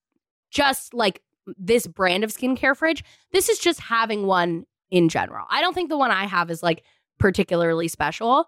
S2: just like this brand of skincare fridge. This is just having one in general. I don't think the one I have is like particularly special,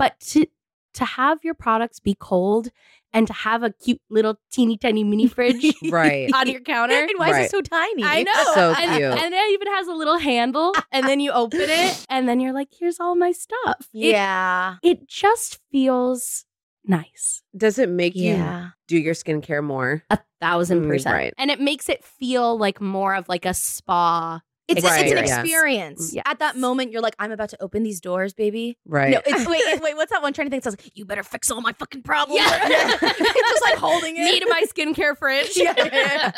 S2: but to to have your products be cold and to have a cute little teeny tiny mini fridge
S3: right.
S2: on your counter.
S4: and why is
S3: Right.
S4: it so tiny?
S2: I know.
S3: So
S2: and,
S3: cute.
S2: and it even has a little handle, and then you open it, and then you're like, here's all my stuff. It-
S4: Yeah.
S2: It, just feels nice.
S3: Does it make you
S4: Yeah.
S3: do your skincare more?
S2: A thousand
S3: Mm,
S2: percent.
S3: right.
S2: And it makes it feel like more of like a spa.
S4: It's, it's an
S3: Right. Yes.
S4: experience.
S2: Yes.
S4: At that moment, you're like, I'm about to open these doors, baby.
S3: Right.
S4: No, it's, wait, it- wait, what's that one trending thing that says, you better fix all my fucking problems?
S2: Yeah.
S4: just like holding it.
S2: Me to my skincare fridge.
S4: Yeah, yeah,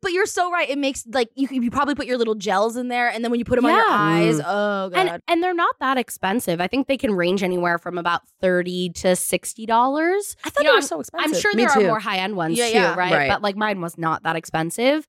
S4: But you're so right. It makes like you you probably put your little gels in there, and then when you put them on your
S2: Yeah.
S4: eyes,
S3: Mm.
S4: oh god,
S2: And, and they're not that expensive. I think they can range anywhere from about thirty to sixty dollars.
S4: I thought
S2: you know,
S4: they were so expensive.
S2: I'm sure
S3: Me
S2: there
S3: too.
S2: are more high end ones
S4: Yeah,
S2: too,
S4: yeah.
S2: Right?
S3: Right.
S2: But like mine was not that expensive.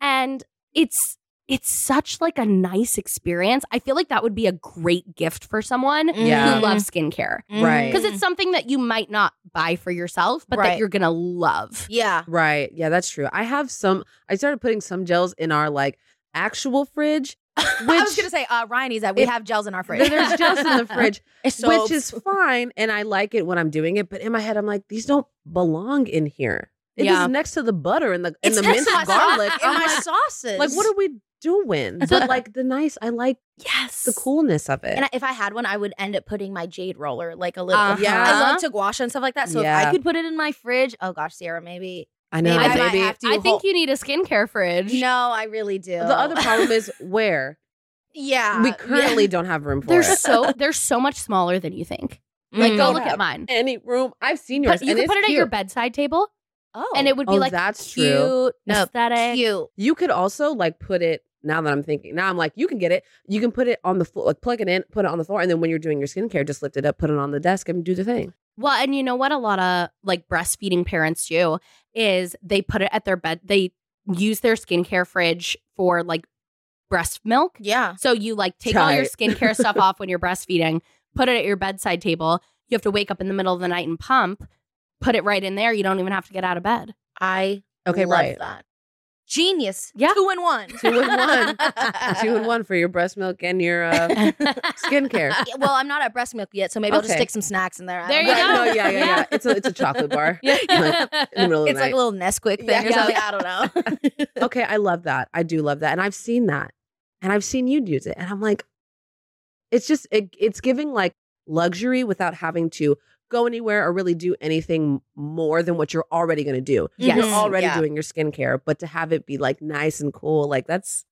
S2: And it's it's such like a nice experience. I feel like that would be a great gift for someone
S3: Yeah.
S2: who loves skincare.
S3: Right.
S2: Because it's something that you might not buy for yourself, but
S4: Right.
S2: that you're gonna love.
S4: yeah,
S3: Right. Yeah, that's true. I have some I started putting some gels in our like actual fridge.
S4: I
S3: Which-
S4: was gonna say, uh, Ryan's that we
S3: It-
S4: have gels in our fridge.
S3: There's gels in the fridge,
S4: It's so-
S3: which is fine and I like it when I'm doing it, but in my head I'm like these don't belong in here. It is
S2: Yeah.
S3: next to the butter and the and
S4: it's
S3: the
S4: next
S3: minced
S4: to my
S3: garlic.
S4: in
S3: I'm
S4: my
S3: like,
S4: sauces.
S3: like, what are we doing? But like the nice, I like
S2: Yes.
S3: the coolness of it.
S4: And I, if I had one, I would end up putting my jade roller, like a little.
S2: Uh-huh.
S4: Yeah, I love to gouache and stuff like that. So if
S3: Yeah.
S4: I could put it in my fridge, oh gosh, Sierra, maybe.
S3: I know,
S4: maybe I might
S3: baby.
S4: have to
S2: I
S4: hol-
S2: think you need a skincare fridge.
S4: No, I really do.
S3: the other problem is where
S4: Uh, yeah,
S3: we currently don't have room for
S2: They're
S3: it.
S2: so they're so much smaller than you think. Like
S4: Mm.
S2: go
S3: Don't
S2: look
S3: have
S2: at mine.
S3: Any room? I've seen yours.
S2: But you
S3: and
S2: can
S3: it's
S2: put it at your
S3: cute.
S2: bedside table
S4: Oh,
S2: and it would be
S3: Oh,
S2: like
S3: that's
S2: cute,
S3: true.
S4: No,
S2: aesthetic.
S4: cute.
S3: You could also like put it now that I'm thinking. Now I'm like, you can get it. You can put it on the floor, like plug it in, put it on the floor, and then when you're doing your skincare, just lift it up, put it on the desk, and do the thing.
S2: Well, and you know what a lot of like breastfeeding parents do is they put it at their bed. They use their skincare fridge for like breast milk.
S4: Yeah.
S2: So you like take all
S3: Try
S2: your
S3: it.
S2: skincare stuff off when you're breastfeeding, put it at your bedside table. You have to wake up in the middle of the night and pump, put it right in there. You don't even have to get out of bed.
S4: I
S3: Okay,
S4: love
S3: right.
S4: that. Genius.
S2: Yeah.
S4: Two in one.
S3: Two in one. Two and one for your breast milk and your uh, skincare.
S4: Yeah, well, I'm not at breast milk yet, so maybe I'll just
S3: Okay.
S4: stick some snacks in there. I
S2: There
S4: don't
S2: you
S4: know.
S3: Right,
S2: go.
S3: No, yeah, yeah, yeah,
S2: Yeah.
S3: It's a it's a chocolate bar.
S2: Yeah.
S3: In the middle of the
S4: It's like
S3: night.
S4: a little Nesquik thing
S3: Yeah.
S4: or something. I don't know.
S3: okay, I love that. I do love that. And I've seen that. And I've seen you use it. And I'm like, it's just, it, it's giving like luxury without having to go anywhere or really do anything more than what you're already going to do.
S4: Yes.
S3: You're already
S4: Yeah.
S3: doing your skincare, but to have it be like nice and cool, like that's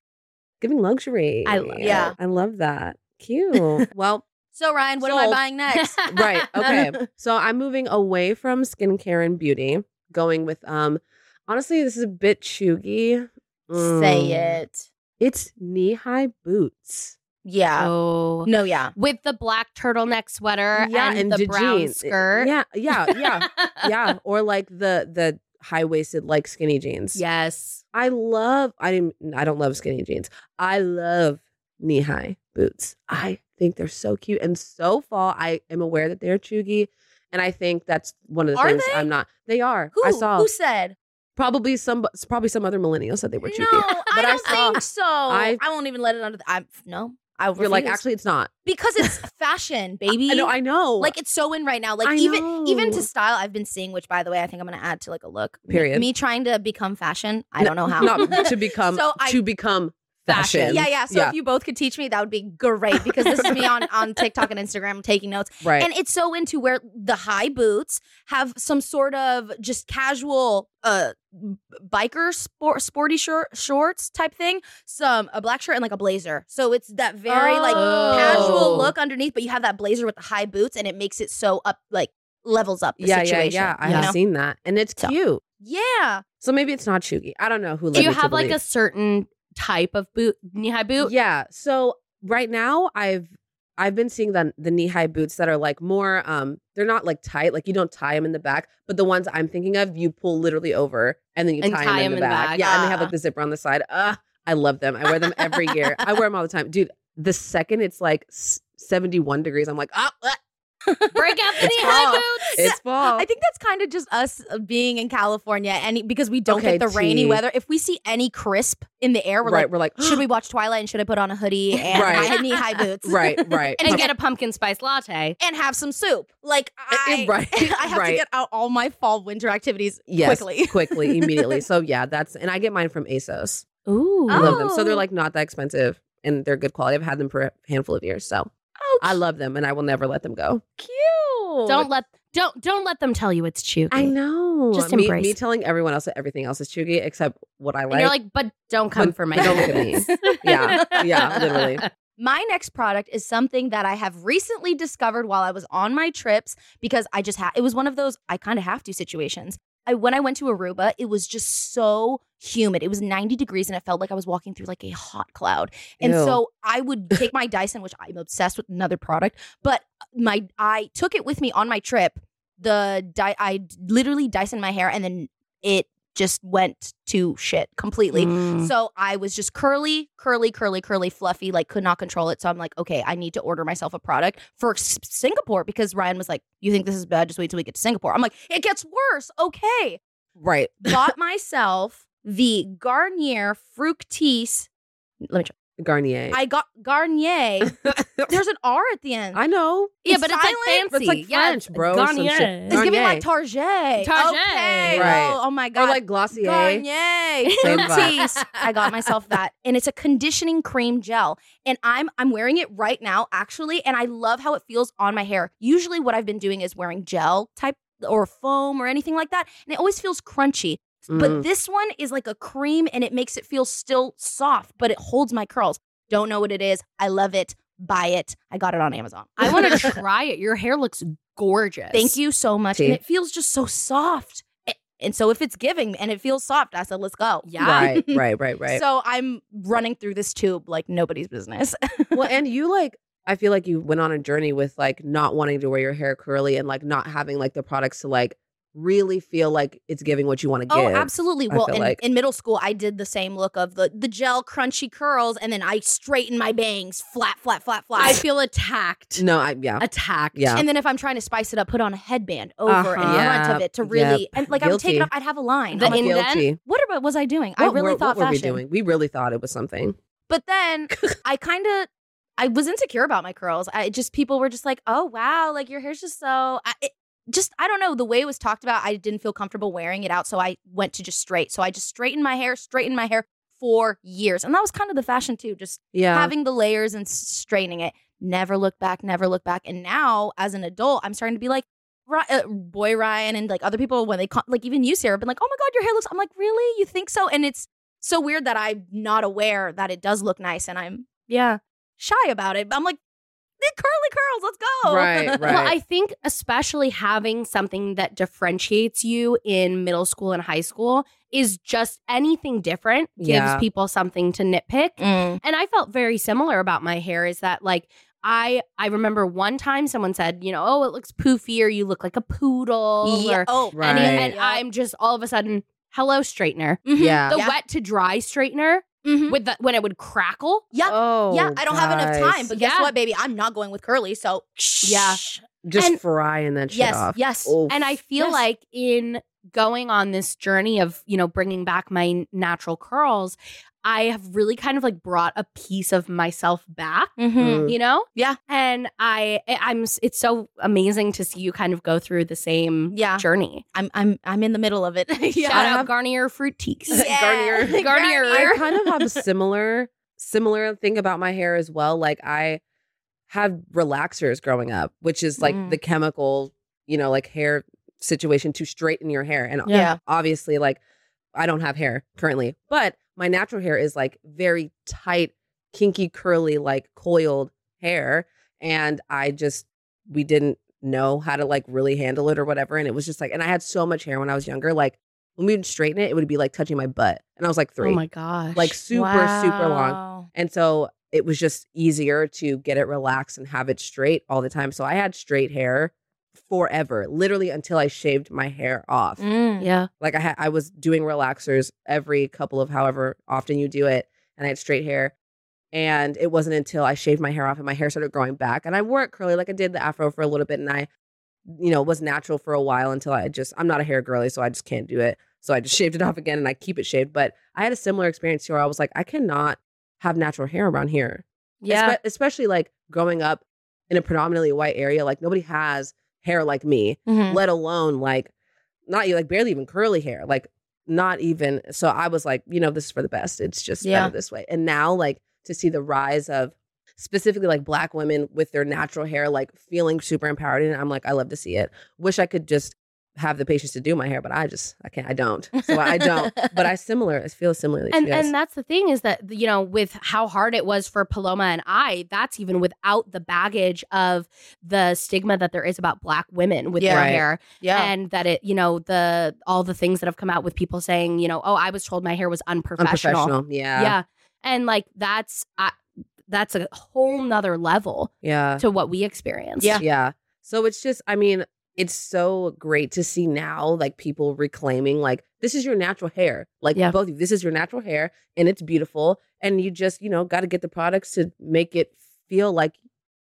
S3: giving luxury.
S2: I love
S4: Yeah. it.
S3: I love that. Cute. well,
S4: so Ryan, what am I
S3: Sold.
S4: buying next?
S3: right. Okay. so I'm moving away from skincare and beauty, going with, um, honestly, this is a bit chuggy. Mm.
S4: Say it.
S3: It's knee high boots.
S4: Yeah.
S2: Oh.
S4: No, yeah.
S2: With the black turtleneck sweater and, the
S3: the
S2: brown
S3: jeans. eh,
S2: skirt.
S3: Yeah, yeah, yeah, yeah. Or like the the high waisted like skinny jeans.
S2: yes.
S3: I love. I didn't. I don't love skinny jeans. I love knee high boots. I think they're so cute and so fall. I am aware that they're chuggy, and I think that's one of the
S4: Are
S3: things
S4: they?
S3: I'm not. They are.
S4: Who?
S3: I saw
S4: Who said?
S3: probably some probably some other millennial said they were
S4: no,
S3: chuggy.
S4: I
S3: But I
S4: don't
S3: saw-
S4: think so.
S3: I-
S4: I, won't even let it under. The, I no. I
S3: You're like,
S4: refuse.
S3: actually, it's not.
S4: because it's fashion, baby.
S3: I know. I know.
S4: like it's so in right now. Like
S3: I
S4: even even
S3: know.
S4: to style, I've been seeing. Which, by the way, I think I'm gonna add to like a look. Me-
S3: Period.
S4: Me, trying to become fashion. I don't know how.
S3: not to become
S4: So I-
S3: to become
S2: Fashion.
S3: fashion.
S4: yeah, yeah. So if you both could teach me, that would be great because this is me on on TikTok and Instagram taking notes.
S3: right.
S4: And it's so into where the high boots have some sort of just casual uh b- biker sport sporty short shorts type thing, some a black shirt and like a blazer. So it's that very like
S2: Oh.
S4: casual look underneath, but you have that blazer with the high boots and it makes it so up like levels up the
S3: yeah,
S4: situation.
S3: yeah, yeah. I
S4: you
S3: have
S4: know?
S3: seen that, and it's
S4: So-
S3: cute.
S4: Yeah.
S3: So maybe it's not Shugi. I don't know who.
S2: Do you have like a certain type of boot, knee high boot?
S3: Yeah. So right now, I've I've been seeing the the knee high boots that are like more. Um, they're not like tight. Like you don't tie them in the back, but the ones I'm thinking of, you pull literally over and then you
S2: And
S3: tie,
S2: tie
S3: them in the back. Yeah, and they have like the zipper on the side. Uh, I love them. I wear them every year. I wear them all the time, dude. The second it's like s- 71 degrees, I'm like, ah, ah,
S2: Break out the knee
S3: It's
S2: high
S3: fall.
S2: boots.
S3: it's fall.
S4: I think that's kind of just us uh, being in California and because we don't
S3: Okay,
S4: get the rainy
S3: T.
S4: weather. If we see any crisp in the air, we're
S3: right.
S4: like,
S3: we're like,
S4: should we watch Twilight and should I put on a hoodie and
S3: Right.
S4: my knee high boots?
S3: right, right.
S2: and then get a pumpkin spice latte.
S4: And have some soup. Like I,
S3: right,
S4: I have
S3: right.
S4: to get out all my fall winter activities
S3: Yes,
S4: quickly.
S3: quickly, immediately. So yeah, that's and I get mine from ASOS.
S2: Ooh.
S3: I love them. So they're
S4: Oh.
S3: like not that expensive and they're good quality. I've had them for a handful of years. So
S4: Oh,
S3: I love them and I will never let them go.
S4: cute.
S2: Don't let don't don't let them tell you it's chewy.
S3: I know.
S2: Just
S3: me,
S2: embrace
S3: me
S2: it.
S3: telling everyone else that everything else is chuggy except what I
S2: And
S3: like.
S2: you're like, but don't come
S3: But
S2: for my
S3: don't look at
S2: boots."
S3: yeah, yeah, literally.
S4: My next product is something that I have recently discovered while I was on my trips because I just had it was one of those I kind of have to situations. I when I went to Aruba, it was just so humid. It was 90 degrees and it felt like I was walking through like a hot cloud. And
S3: Ew.
S4: so I would take my Dyson, which I'm obsessed with another product, but my I took it with me on my trip. The dy- I literally Dyson my hair and then it just went to shit completely.
S2: Mm.
S4: So I was just curly, curly, curly, curly, fluffy, like could not control it. So I'm like, okay, I need to order myself a product for S- Singapore because Ryan was like, you think this is bad? Just wait till we get to Singapore. I'm like, it gets worse. Okay.
S3: Right.
S4: Bought myself the Garnier Fructis. Let me try.
S3: Garnier.
S4: I got Garnier. There's an R at the end.
S3: I know.
S2: Yeah,
S4: It's
S2: but it's like
S4: silent,
S2: fancy.
S3: but it's like
S2: yeah,
S3: French, bro. or some shit.
S2: Garnier.
S4: it's giving like
S3: Garnier.
S4: Target.
S2: Target.
S4: Okay.
S3: Right.
S4: Oh, oh my God.
S3: Or like Glossier.
S4: Garnier
S3: Same
S4: Fructis. I got myself that, and it's a conditioning cream gel, and I'm I'm wearing it right now actually, and I love how it feels on my hair. Usually, what I've been doing is wearing gel type or foam or anything like that, and it always feels crunchy. But
S3: Mm.
S4: this one is like a cream, and it makes it feel still soft, but it holds my curls. Don't know what it is. I love it. Buy it. I got it on Amazon.
S2: I want to try it. Your hair looks gorgeous.
S4: Thank you so much.
S3: Tea.
S4: And it feels just so soft. A- And so if it's giving and it feels soft, I said, let's go.
S2: Yeah.
S3: Right, right, right, right.
S4: So I'm running through this tube like nobody's business.
S3: well, and you like, I feel like you went on a journey with like not wanting to wear your hair curly and like not having like the products to like really feel like it's giving what you want to
S4: Oh,
S3: give.
S4: absolutely.
S3: I
S4: Well,
S3: feel
S4: in,
S3: like-
S4: in middle school, I did the same look of the the gel crunchy curls, and then I straighten my bangs, flat, flat, flat, flat.
S2: I feel attacked.
S3: No, I yeah.
S2: Attacked.
S3: Yeah.
S4: and then if I'm trying to spice it up, put on a headband over and in
S2: Uh-huh.
S4: front of
S3: Yeah,
S4: it to
S3: yep.
S4: really, and like I would take
S3: Guilty.
S4: it off. I'd have a line.
S2: The
S4: I'm like,
S3: I'm
S2: indent?
S3: guilty.
S4: what about, was I doing? I
S3: What
S4: really
S3: were,
S4: thought
S3: what were we
S4: fashion.
S3: doing? We really thought it was something.
S4: But then I kind of I was insecure about my curls. I just people were just like, "Oh wow, like your hair's just so I, it, just I don't know, the way it was talked about, I didn't feel comfortable wearing it out, so I went to just straight. So I just straightened my hair, straightened my hair for years. And that was kind of the fashion too, just
S3: Yeah.
S4: having the layers and s- straightening it. Never look back, never look back. And now as an adult, I'm starting to be like Ry- uh, boy Ryan and like other people when they con- like even you Sarah have been like, "Oh my god, your hair looks." I'm like, "Really? You think so?" And it's so weird that I'm not aware that it does look nice and I'm yeah, shy about it. But I'm like, "The curly curls, let's go."
S3: Right, right.
S2: Well, I think especially having something that differentiates you in middle school and high school is just anything different gives
S3: Yeah. Mm-hmm.
S2: people something to nitpick.
S4: Mm.
S2: And I felt very similar about my hair is that like I I remember one time someone said, you know, oh, it looks poofy or you look like a poodle
S4: Yeah.
S2: or
S4: Oh,
S3: Right.
S2: any, and
S4: Yeah.
S2: I'm just all of a sudden, hello straightener.
S4: Mhm.
S3: yeah.
S2: The
S3: Mm-hmm.
S4: Yeah.
S2: wet to dry straightener
S4: Mhm.
S2: with the when it would crackle.
S4: Yep.
S3: Oh,
S4: yeah, I don't have enough time,
S3: guys.
S4: but guess
S2: Yeah.
S4: what, baby? I'm not going with curly, so
S2: Yeah.
S3: just
S2: and-
S3: frying that shit
S4: yes,
S3: off.
S4: yes.
S3: Oof.
S2: And I feel
S4: Oh, Yes.
S2: like in going on this journey of, you know, bringing back my n- natural curls, I have really kind of like brought a piece of myself back.
S4: Mhm.
S3: Mm.
S2: You know,
S4: Yeah.
S2: and I, I- I'm. s- It's so amazing to see you kind of go through the same
S4: Yeah.
S2: journey.
S4: I'm I'm I'm in the middle of it.
S2: Shout
S4: I
S2: out
S4: have-
S2: Garnier fruit teas. Oh
S4: Yeah.
S3: Garnier.
S2: Garnier.
S3: I kind of have a similar similar thing about my hair as well. Like I have relaxers growing up, which is like
S4: Mm.
S3: the chemical, you know, like hair situation to straighten your hair. And
S4: Yeah.
S3: obviously, like I don't have hair currently, but my natural hair is like very tight, kinky, curly, like coiled hair. And I just we didn't know how to like really handle it or whatever. And it was just like, and I had so much hair when I was younger. Like when we would straighten it, it would be like touching my butt. And I was like three
S2: Oh my gosh!
S3: like super super long
S4: Wow.
S3: and so it was just easier to get it relaxed and have it straight all the time so i had straight hair forever literally until i shaved my hair off
S4: Mm.
S2: yeah.
S3: like i ha- i was doing relaxers every couple of however often you do it and i had straight hair and it wasn't until i shaved my hair off and my hair started growing back and i wore it curly like i did the afro for a little bit and i you know was natural for a while until i just i'm not a hair girly so i just can't do it so i just shaved it off again and i keep it shaved but i had a similar experience here where i was like i cannot have natural hair around here
S2: Yeah.
S3: Espe- especially like growing up in a predominantly white area like nobody has hair like me
S4: Mhm.
S3: let alone like not you like barely even curly hair like not even so i was like you know this is for the best it's just
S4: Yeah.
S3: better this way and now like to see the rise of specifically like black women with their natural hair like feeling super empowered and i'm like i love to see it wish i could just have the patience to do my hair but i just i can't i don't so i don't but i similar i feel similarly
S2: and
S3: to you guys.
S2: and that's the thing is that you know with how hard it was for Paloma and I, that's even without the baggage of the stigma that there is about Black women with
S4: Yeah.
S2: their
S3: Right.
S2: hair,
S4: Yeah.
S2: and that it you know the all the things that have come out with people saying you know oh I was told my hair was unprofessional,
S3: unprofessional yeah yeah
S2: yeah, and like that's I, that's a whole nother level
S3: yeah
S2: to what we experienced.
S4: Yeah.
S3: Yeah. So it's just, I mean, it's so great to see now like people reclaiming like this is your natural hair. Like
S2: Yeah.
S3: both of you, this is your natural hair and it's beautiful. And you just, you know, gotta get the products to make it feel like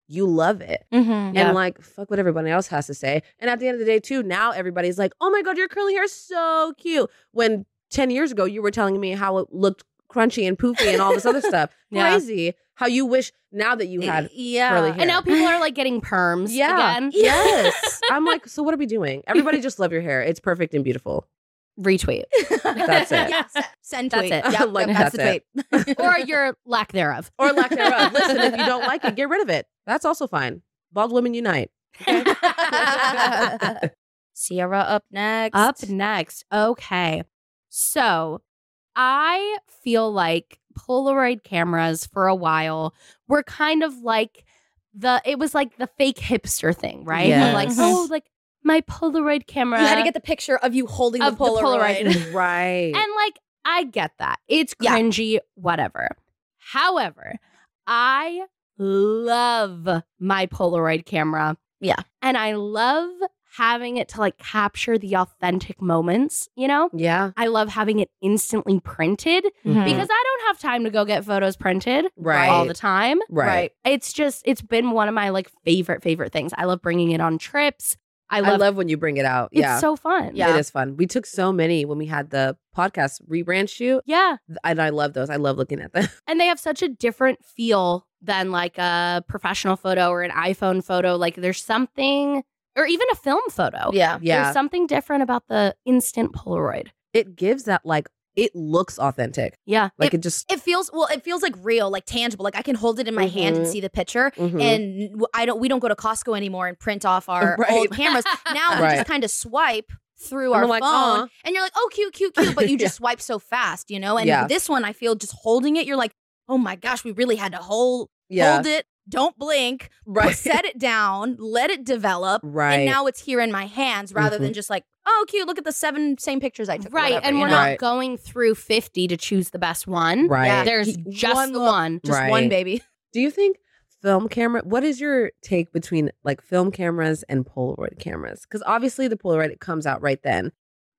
S3: you love it.
S4: Mhm.
S2: Mm-hmm, Yeah.
S3: And like, fuck what everybody else has to say. And at the end of the day, too, now everybody's like, oh my God, your curly hair is so cute. When 10 years ago, you were telling me how it looked crunchy and poofy and all this other stuff.
S2: Yeah.
S3: Crazy how you wish now that you had
S4: yeah.
S3: curly hair.
S2: And now people are like getting perms
S3: Yeah.
S2: again.
S3: Yes. I'm like, so what are we doing? Everybody just love your hair. It's perfect and beautiful.
S2: Retweet.
S3: That's it.
S4: Yeah, se- send
S2: That's
S4: tweet.
S2: it.
S4: Yep, yep,
S3: Like,
S4: that's,
S3: that's
S4: the tweet.
S2: or your lack thereof.
S3: Or lack thereof. Listen, if you don't like it, get rid of it. That's also fine. Bald women unite.
S4: Sierra up next.
S2: Up next. Okay. So I feel like Polaroid cameras for a while were kind of like the, it was like the fake hipster thing, right?
S3: Yes.
S2: Like,
S4: Mhm.
S2: oh, like my Polaroid
S4: You
S2: camera.
S4: had to get the picture of you holding
S2: Of
S4: the
S2: the
S4: Polaroid.
S2: Polaroid.
S3: Right.
S2: And like, I get that. It's
S4: Yeah.
S2: cringy, whatever. However, I love my Polaroid camera.
S4: Yeah.
S2: And I love having it to like capture the authentic moments, you know?
S3: Yeah.
S2: I love having it instantly printed
S4: Mhm.
S3: Mm-hmm.
S2: because I don't have time to go get photos printed
S3: Right.
S2: all the time.
S3: Right.
S2: It's just it's been one of my like favorite favorite things. I love bringing it on trips. I
S3: I
S2: love,
S3: love, when you bring it out.
S2: it's
S3: yeah.
S2: so fun.
S4: Yeah.
S3: It is fun. We took so many when we had the podcast rebrand shoot,
S2: Yeah.
S3: and I love those. I love looking at them.
S2: And they have such a different feel than like a professional photo or an iPhone photo. Like there's something or even a film photo.
S4: Yeah.
S3: yeah.
S2: There's something different about the instant Polaroid.
S3: it gives that like it looks authentic.
S2: Yeah.
S3: Like it, just
S4: It feels well. It feels like real, like tangible. Like I can hold it in my hand and
S3: Mhm.
S4: see the picture.
S3: mhm.
S4: And w- I don't. We don't go to Costco anymore and print off our
S3: Right.
S4: old cameras. Now we
S3: Right.
S4: just kind of swipe through
S3: And
S4: our
S3: I'm like,
S4: phone,
S3: "Aw."
S4: and you're like, "Oh, cute, cute, cute," but you
S3: Yeah.
S4: just swipe so fast, you know. And
S3: Yeah.
S4: this one, I feel just holding it. You're like, "Oh my gosh, we really had to hold
S3: yeah.
S4: hold it. Don't blink.
S3: Right.
S4: Set it down. Let it develop."
S3: right. Mm-hmm.
S4: And now it's here in my hands rather than just like, "Oh, cute, look at the seven same pictures I took." or
S2: Right.
S4: whatever,"
S2: and
S4: you
S2: we're
S4: know?
S2: not
S3: Right.
S2: going through 50 to choose the best one.
S3: right.
S4: Yeah.
S2: There's
S4: He-
S2: just
S4: one
S2: the
S4: look.
S2: one.
S4: just one
S3: Right.
S4: baby.
S3: Do you think film camera? What is your take between like film cameras and Polaroid cameras? Because obviously the Polaroid it comes out right then,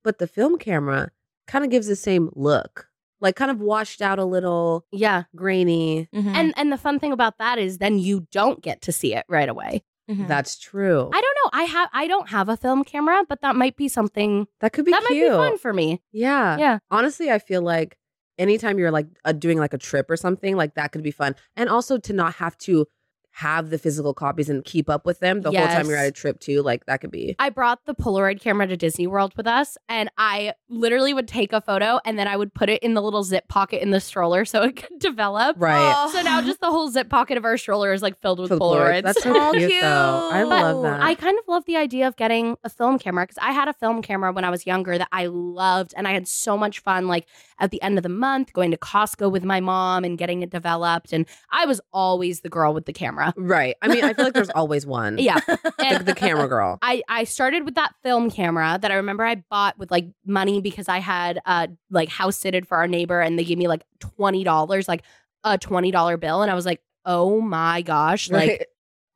S3: but the film camera kind of gives the same look, like kind of washed out a little,
S2: Yeah.
S3: grainy.
S4: And
S2: And and the fun thing about that is then you don't get to see it right away.
S3: That's true.
S2: Mm-hmm. I don't know. I have I don't have a film camera, but that might be something
S3: that could be
S2: that
S3: cute.
S2: might be fun for me.
S3: Yeah.
S2: Yeah.
S3: Honestly, I feel like anytime you're like uh, doing like a trip or something, like that could be fun. And also to not have to have the physical copies and keep up with them the whole time you're
S2: Yes.
S3: at a trip too. Like that could be.
S2: I brought the Polaroid camera to Disney World with us, and I literally would take a photo and then I would put it in the little zip pocket in the stroller so it could develop.
S3: Right.
S4: Oh.
S2: So now just the whole zip pocket of our stroller is like filled with
S3: For the Polaroids.
S2: Polaroids.
S3: That's so
S4: Oh,
S3: cute, though. I
S4: cute.
S3: love that.
S2: I kind of love the idea of getting a film camera because I had a film camera when I was younger that I loved, and I had so much fun. Like at the end of the month, going to Costco with my mom and getting it developed, and I was always the girl with the camera.
S3: right. I mean, I feel like there's always one.
S2: Yeah,
S3: Like
S2: and
S3: Mm. the camera girl.
S2: I I started with that film camera that I remember I bought with like money because I had uh like house sitted for our neighbor, and they gave me like twenty dollars, like a twenty dollar bill, and I was like, oh my gosh, like
S3: Right.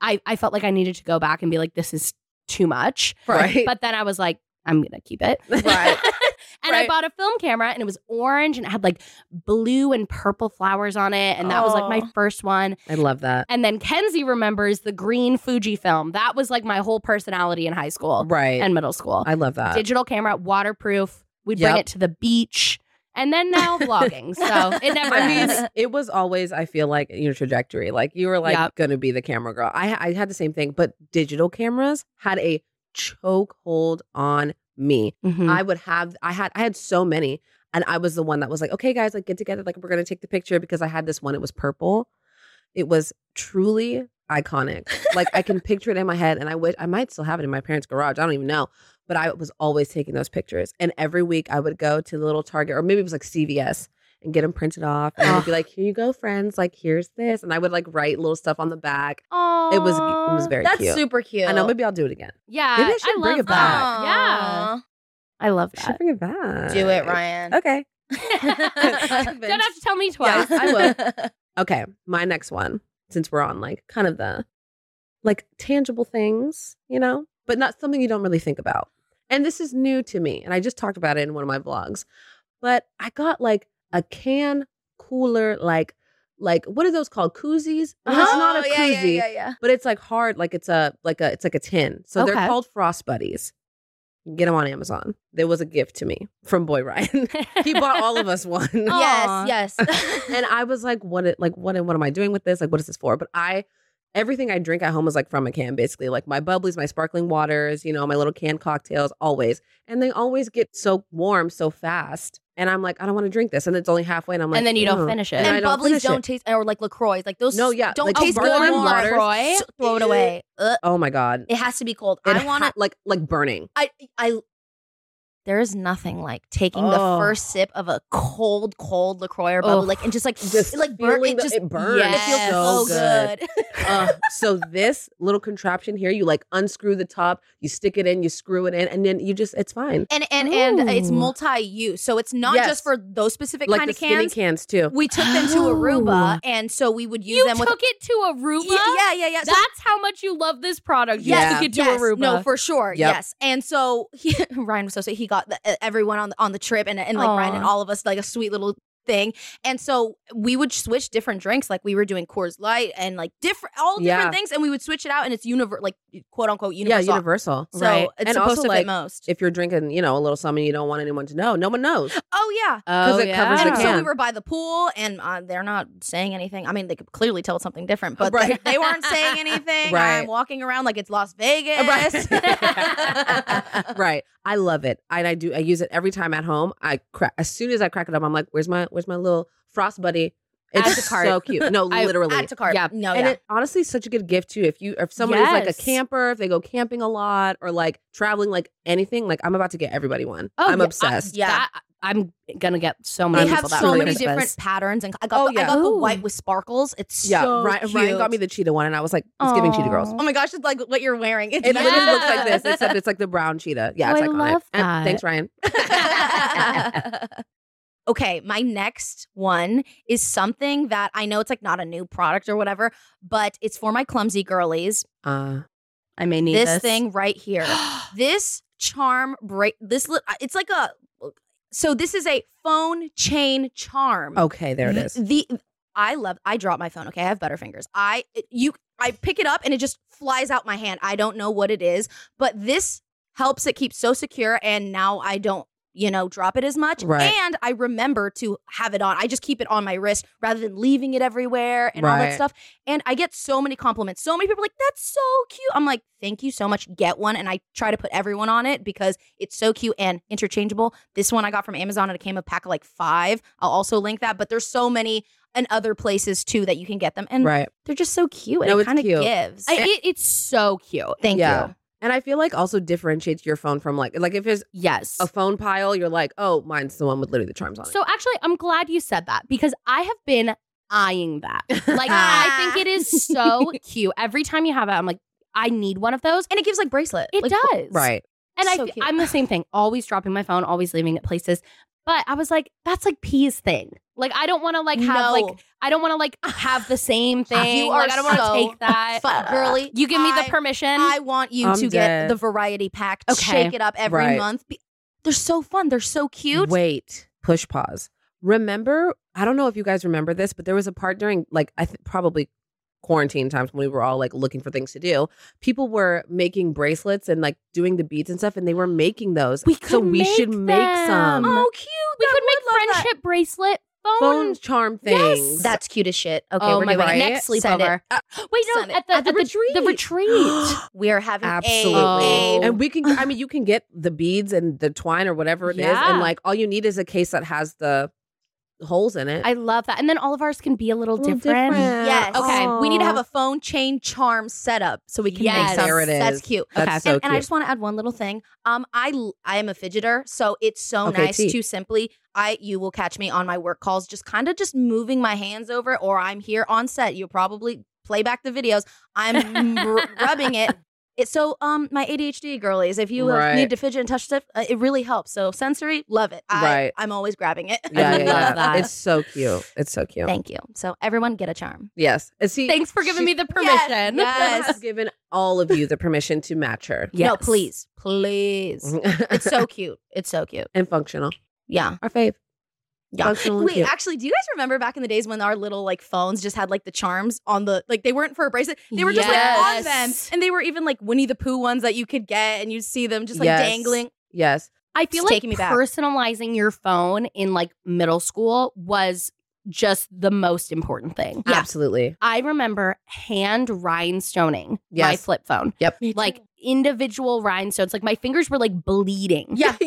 S2: I, I felt like I needed to go back and be like, this is too much.
S3: Right.
S2: But then I was like, I'm going to keep it.
S3: Right.
S2: and I
S4: Right.
S2: bought a film camera and it was orange and it had like blue and purple flowers on it. And that was like
S3: Oh.
S2: my
S4: Aw.
S2: first one.
S3: I love that.
S2: And then Kenzie remembers the green Fuji film. That was like my whole personality in high school
S3: Right.
S2: and middle school.
S3: I love that.
S2: Digital camera, waterproof. We'd bring
S3: Yep.
S2: it to the beach. And then now vlogging. So it never
S3: I
S2: ends.
S3: mean, it was always, I feel like, your trajectory. Like you were like
S2: Yep.
S3: gonna be the camera girl. I I had the same thing, but digital cameras had a chokehold on me.
S2: Mhm.
S3: I would have I had I had so many. And I was the one that was like, okay, guys, like get together, like we're gonna take the picture because I had this one, it was purple. It was truly iconic. like I can picture it in my head and I wish I might still have it in my parents' garage. I don't even know. But I was always taking those pictures. And every week I would go to the little Target or maybe it was like CVS and get them printed off. And I'd be like, here you go, friends. Like, here's this. And I would like write little stuff on the back. It was it was
S2: Aw.
S3: very
S4: That's
S3: cute.
S4: super cute.
S3: I know, maybe I'll do it again.
S2: Yeah.
S3: Maybe I should bring
S2: love
S3: it back.
S2: that. Yeah. I love
S3: I should
S2: that.
S3: bring it back.
S4: Do it, Ryan.
S3: Okay.
S2: Don't have to tell me
S4: Yeah,
S2: twice.
S4: I will.
S3: Okay, my next one, since we're on like kind of the like tangible things, you know, but not something you don't really think about. And this is new to me, and I just talked about it in one of my vlogs. But I got like a can cooler, like like what are those called? Koozies? And It's not a
S4: Oh,
S3: koozie,
S4: yeah, yeah, yeah, yeah.
S3: but it's like hard, like it's a like a it's like a tin. So
S2: Okay.
S3: they're called Frost Buddies. You can get them on Amazon. There was a gift to me from Boy Ryan. he bought all of us one
S2: Oh. Aw.
S4: Yes, yes.
S3: and I was like, what it like what what am I doing with this? Like what is this for? But I everything I drink at home is like from a can basically. Like my bubblies, my sparkling waters, you know, my little canned cocktails always. And they always get so warm so fast. And I'm like, I don't want to drink this. And it's only halfway and I'm like
S2: and then you don't
S3: "Ugh."
S2: finish it.
S3: And I
S4: and
S3: don't
S4: bubblies
S3: finish
S4: don't
S3: it.
S4: taste, or like Lacroix, like those.
S3: No, yeah,
S4: don't
S3: like
S4: taste good.
S3: sparkling
S4: warm.
S3: waters.
S4: LaCroix,
S2: Oh, So-
S4: Throw it away. Ugh.
S3: Oh my God.
S4: It has to be cold.
S3: It
S4: I want
S3: ha-
S4: to.
S3: like like burning.
S4: I I There is nothing like taking
S3: Oh.
S4: the first sip of a cold, cold Lacroix or bubble,
S2: Ugh.
S4: like and just like
S3: Just
S4: it, like burn,
S3: feeling
S4: it
S3: the-
S4: just
S3: it burns.
S4: It
S2: Yes.
S4: feels so,
S3: So good.
S4: good.
S3: Uh, so this little contraption here, you like unscrew the top, you stick it in, you screw it in, and then you just it's fine.
S4: and and and it's
S2: Ooh.
S4: multi-use, so it's not
S3: Yes.
S4: just for those specific
S3: Like
S4: kind
S3: the
S4: of
S3: skinny
S4: cans.
S3: cans too.
S4: We took them to
S2: Oh.
S4: Aruba, and so we would use
S2: you
S4: them with.
S2: took it to Aruba.
S4: Yeah, yeah, yeah. So
S2: That's how much you love this product. You
S3: Yes,
S2: took it to
S4: yes,
S2: Aruba.
S4: No, for sure.
S3: Yep.
S4: Yes. And so he, Ryan was so sweet. He got the, uh, everyone on the, on the trip and, and like Ryan
S2: Aw.
S4: and all of us like a sweet little thing. And so we would switch different drinks. Like we were doing Coors Light and like different all different
S3: Yeah.
S4: things, and we would switch it out. And it's univer like quote unquote
S3: yeah,
S4: universal.
S3: universal.
S4: So
S2: Right.
S4: it's
S3: And
S4: supposed
S3: also,
S4: to
S3: like,
S4: fit most.
S3: If you're drinking, you know, a little something you don't want anyone to know, no one knows
S4: oh yeah.
S3: because
S2: Oh,
S3: it
S2: yeah.
S3: covers
S2: There's
S4: And
S3: the
S2: a
S4: so
S3: can.
S4: we were by the pool, and uh, they're not saying anything. I mean, they could clearly tell it's something different, but
S3: Right.
S4: they, they weren't saying anything.
S3: Right.
S4: I'm walking around like it's Las Vegas.
S3: Right. right. I love it. And I do. I use it every time at home. I crack as soon as I crack it up. I'm like, where's my where's my little frost buddy? It's
S2: Add to cart.
S3: so cute. No,
S2: I-
S3: literally.
S4: Add to cart.
S2: Oh, Yeah.
S4: No,
S3: and
S4: yeah.
S3: it honestly is such a good gift too. If you if someone is like a
S2: Yes.
S3: camper, if they go camping a lot or like traveling, like anything, like I'm about to get everybody one.
S2: Oh,
S3: I'm
S2: yeah, I-
S3: obsessed.
S4: Yeah.
S2: That- I'm gonna get so many.
S4: they have
S3: I'm
S2: people that
S4: so
S2: for
S4: many
S2: Christmas.
S4: different patterns, and I got,
S3: Oh,
S4: the,
S3: yeah.
S4: I got the
S2: Ooh.
S4: white with sparkles. It's
S3: yeah.
S4: so
S3: Ryan,
S4: cute.
S3: Ryan got me the cheetah one, and I was like, it's giving cheetah girls.
S4: Oh my gosh, it's like what you're wearing. It's
S3: It literally
S2: Yeah.
S3: looks like this, except it's like the brown cheetah. Yeah,
S2: Oh,
S3: it's
S2: I
S3: iconic.
S2: love
S3: And
S2: that.
S3: thanks, Ryan.
S4: okay, my next one is something that I know it's like not a new product or whatever, but it's for my clumsy girlies.
S3: Uh,
S2: I may need
S4: this,
S2: this
S4: thing right here. this charm break this li- it's like a so this is a phone chain charm.
S3: okay, there it
S4: Th-
S2: Mm-hmm.
S3: is.
S4: The I love I drop my phone. Okay, I have better fingers. I it- you I pick it up and it just flies out my hand. I don't know what it is, but this helps it keep so secure and now I don't you know drop it as much
S3: Right.
S4: and I remember to have it on. I just keep it on my wrist rather than leaving it everywhere and all
S3: Right.
S4: that stuff. And I get so many compliments. So many people are like that's so cute. I'm like thank you so much. Get one and I try to put everyone on it because it's so cute and interchangeable. This one I got from Amazon and it came a pack of like 5. I'll also link that, but there's so many and other places too that you can get them. And
S3: Right.
S4: they're just so cute. And
S3: No,
S4: it
S3: it's
S4: kind of
S3: cute.
S4: gives.
S2: I, it, it's so cute.
S4: Thank
S3: Yeah.
S4: you.
S3: And I feel like also differentiates your phone from like like if it's
S2: Yes.
S4: Oh,
S3: a phone pile, you're like, oh, mine's the one with literally the charms on it.
S2: So actually, I'm glad you said that because I have been eyeing that. Like I think it is so cute. Every time you have it, I'm like, I need one of those.
S4: And it gives like bracelet.
S2: It
S4: Like,
S2: does.
S3: right.
S2: And I
S4: So
S2: f-
S4: cute.
S2: I'm the same thing, always dropping my phone, always leaving it places. But I was like, that's like P's thing. Like I don't want to like have
S4: no.
S2: like I don't want to like have the same thing.
S4: You
S2: like,
S4: are
S2: I don't want to
S4: so
S2: take that.
S4: Fuck, girly.
S2: You give me
S4: I-
S2: the permission.
S4: I want you
S3: I'm
S4: to
S3: dead.
S4: get the variety pack. to
S2: Okay.
S4: Shake it up every
S3: Right.
S4: month. Be- They're so fun. They're so cute.
S3: Wait, push pause. Remember, I don't know if you guys remember this, but there was a part during like I th- probably quarantine times when we were all like looking for things to do. People were making bracelets and like doing the beads and stuff, and they were making those.
S2: we could
S3: so we should
S2: them.
S3: make some
S4: oh, cute.
S2: we
S4: I
S2: could
S4: would
S2: make
S4: love that.
S2: friendship bracelet
S3: phone
S2: phone
S3: charm
S2: Yes.
S3: things.
S4: That's cute as shit. Okay,
S2: oh
S4: we're
S2: my
S4: doing
S2: god,
S4: it.
S2: next
S4: Send
S2: sleepover.
S4: it.
S2: Wait, no,
S4: Send it.
S2: at the,
S3: At the
S2: the retreat.
S4: We are having
S3: Absolutely.
S2: Oh.
S4: a, a
S3: and we can. I mean, you can get the beads and the twine or whatever it is,
S2: Yeah.
S3: and like all you need is a case that has the holes in it.
S2: I love that. And then all of ours can be a little, different.
S4: Yes.
S2: Okay.
S4: We need to have a phone chain charm setup so we can
S2: Yes.
S4: make some.
S3: There it
S4: That's
S3: is.
S4: cute.
S3: That's
S2: Okay.
S3: so
S4: and, and I
S3: cute.
S4: just want to add one little thing. Um, I l- I am a fidgeter, so it's so
S3: Okay,
S4: nice
S3: tea.
S4: to simply I you will catch me on my work calls, just kind of just moving my hands over, or I'm here on set. You'll probably play back the videos. I'm r- rubbing it. It's so um my ADHD girlies. If you uh,
S3: Right.
S4: need to fidget and touch stuff, uh, it really helps. So sensory, love it. I,
S3: Right.
S4: I'm always grabbing it.
S2: I
S3: yeah, yeah,
S2: love
S3: yeah.
S2: that.
S3: It's so cute. It's so cute.
S4: Thank you. So everyone get a charm.
S3: Yes. And See,
S2: Thanks for giving me the
S4: Yes,
S2: permission.
S4: yes.
S3: I've given all of you the permission to match her.
S4: No, please, please. It's so cute. It's so cute.
S3: and functional.
S4: Yeah.
S3: Our fave.
S4: Yeah.
S3: Functional and
S4: Wait,
S3: cute.
S4: actually, do you guys remember back in the days when our little like phones just had like the charms on the like they weren't for a bracelet. They were just like on them.
S2: Yes.
S4: And they were even like Winnie the Pooh ones that you could get and you'd see them just like
S3: Yes.
S4: dangling.
S3: yes.
S2: I feel
S4: It's
S2: like
S4: taking me back.
S2: personalizing your phone in like middle school was just the most important thing.
S4: Yeah.
S3: Absolutely.
S2: I remember hand rhinestoning my
S3: Yes.
S2: flip phone.
S3: Yep.
S2: Like individual rhinestones. Like my fingers were like bleeding.
S3: yes.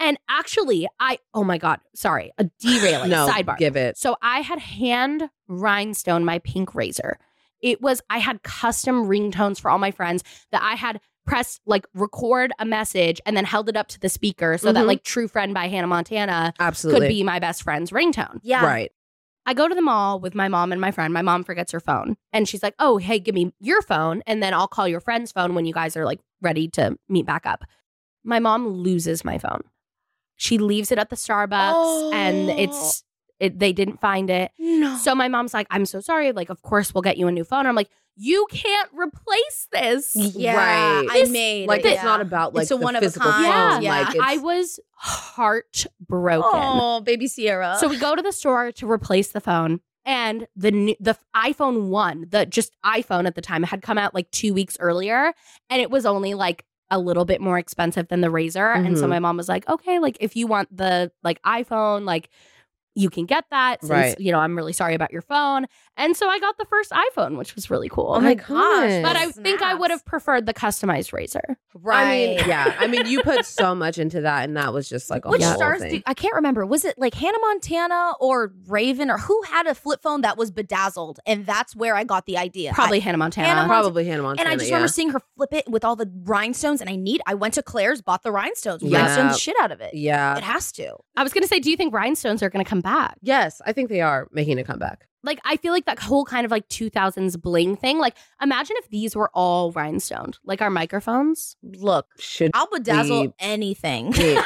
S2: And actually, I oh my god, sorry, a derailing
S3: No.
S2: sidebar.
S3: Give it.
S2: So I had hand rhinestone my pink razor. It was I had custom ringtones for all my friends that I had pressed like record a message and then held it up to the speaker so that
S3: Mhm.
S2: like True Friend by Hannah Montana
S3: Absolutely.
S2: could be my best friend's ringtone.
S4: Yeah.
S3: Right.
S2: I go to the mall with my mom and my friend. My mom forgets her phone and she's like, Oh, hey, give me your phone. And then I'll call your friend's phone when you guys are like ready to meet back up. My mom loses my phone. She leaves it at the Starbucks and
S4: Oh.
S2: it's, it, they didn't find it.
S4: No.
S2: So my mom's like, I'm so sorry. Like, of course, we'll get you a new phone. I'm like, You can't replace this.
S4: yeah,
S3: Right.
S4: I
S2: This-
S4: made
S3: Like
S4: it,
S3: it's
S4: yeah.
S3: not about like
S4: It's a
S3: the
S4: one of a
S3: physical
S4: kind.
S3: phone.
S4: Yeah.
S3: Like it's,
S2: I was heartbroken.
S4: Oh, baby Sierra.
S2: So we go to the store to replace the phone, and the new, the iPhone one, the just iPhone at the time, had come out like two weeks earlier, and it was only like a little bit more expensive than the razor. And so
S3: Mhm.
S2: my mom was like, "Okay, like if you want the like iPhone, like." You can get that since
S3: Right.
S2: you know I'm really sorry about your phone, and so I got the first iPhone, which was really cool.
S3: Oh my gosh.
S2: but I
S4: Snaps.
S2: think I would have preferred the customized razor.
S4: right.
S3: I mean, yeah. I mean, you put so much into that, and that was just like a
S4: Which
S3: whole
S4: stars?
S3: thing.
S4: Do, I can't remember. Was it like Hannah Montana or Raven or who had a flip phone that was bedazzled? And that's where I got the idea.
S2: Probably Hannah Montana.
S4: Hannah Mon-
S3: Probably Hannah
S4: I-
S3: Montana.
S4: and I just
S3: yeah.
S4: remember seeing her flip it with all the rhinestones. And I need. I went to Claire's, bought the rhinestones,
S3: Yeah.
S4: rhinestones the shit out of it.
S3: Yeah.
S4: It has to.
S2: I was gonna say, do you think rhinestones are gonna come back?
S3: Yes, I think they are making a comeback.
S2: like I feel like that whole kind of like 2000s bling thing. Like imagine if these were all rhinestoned, like our microphones.
S4: Look,
S3: Should
S4: I'll bedazzle
S3: We-
S4: anything.
S3: we-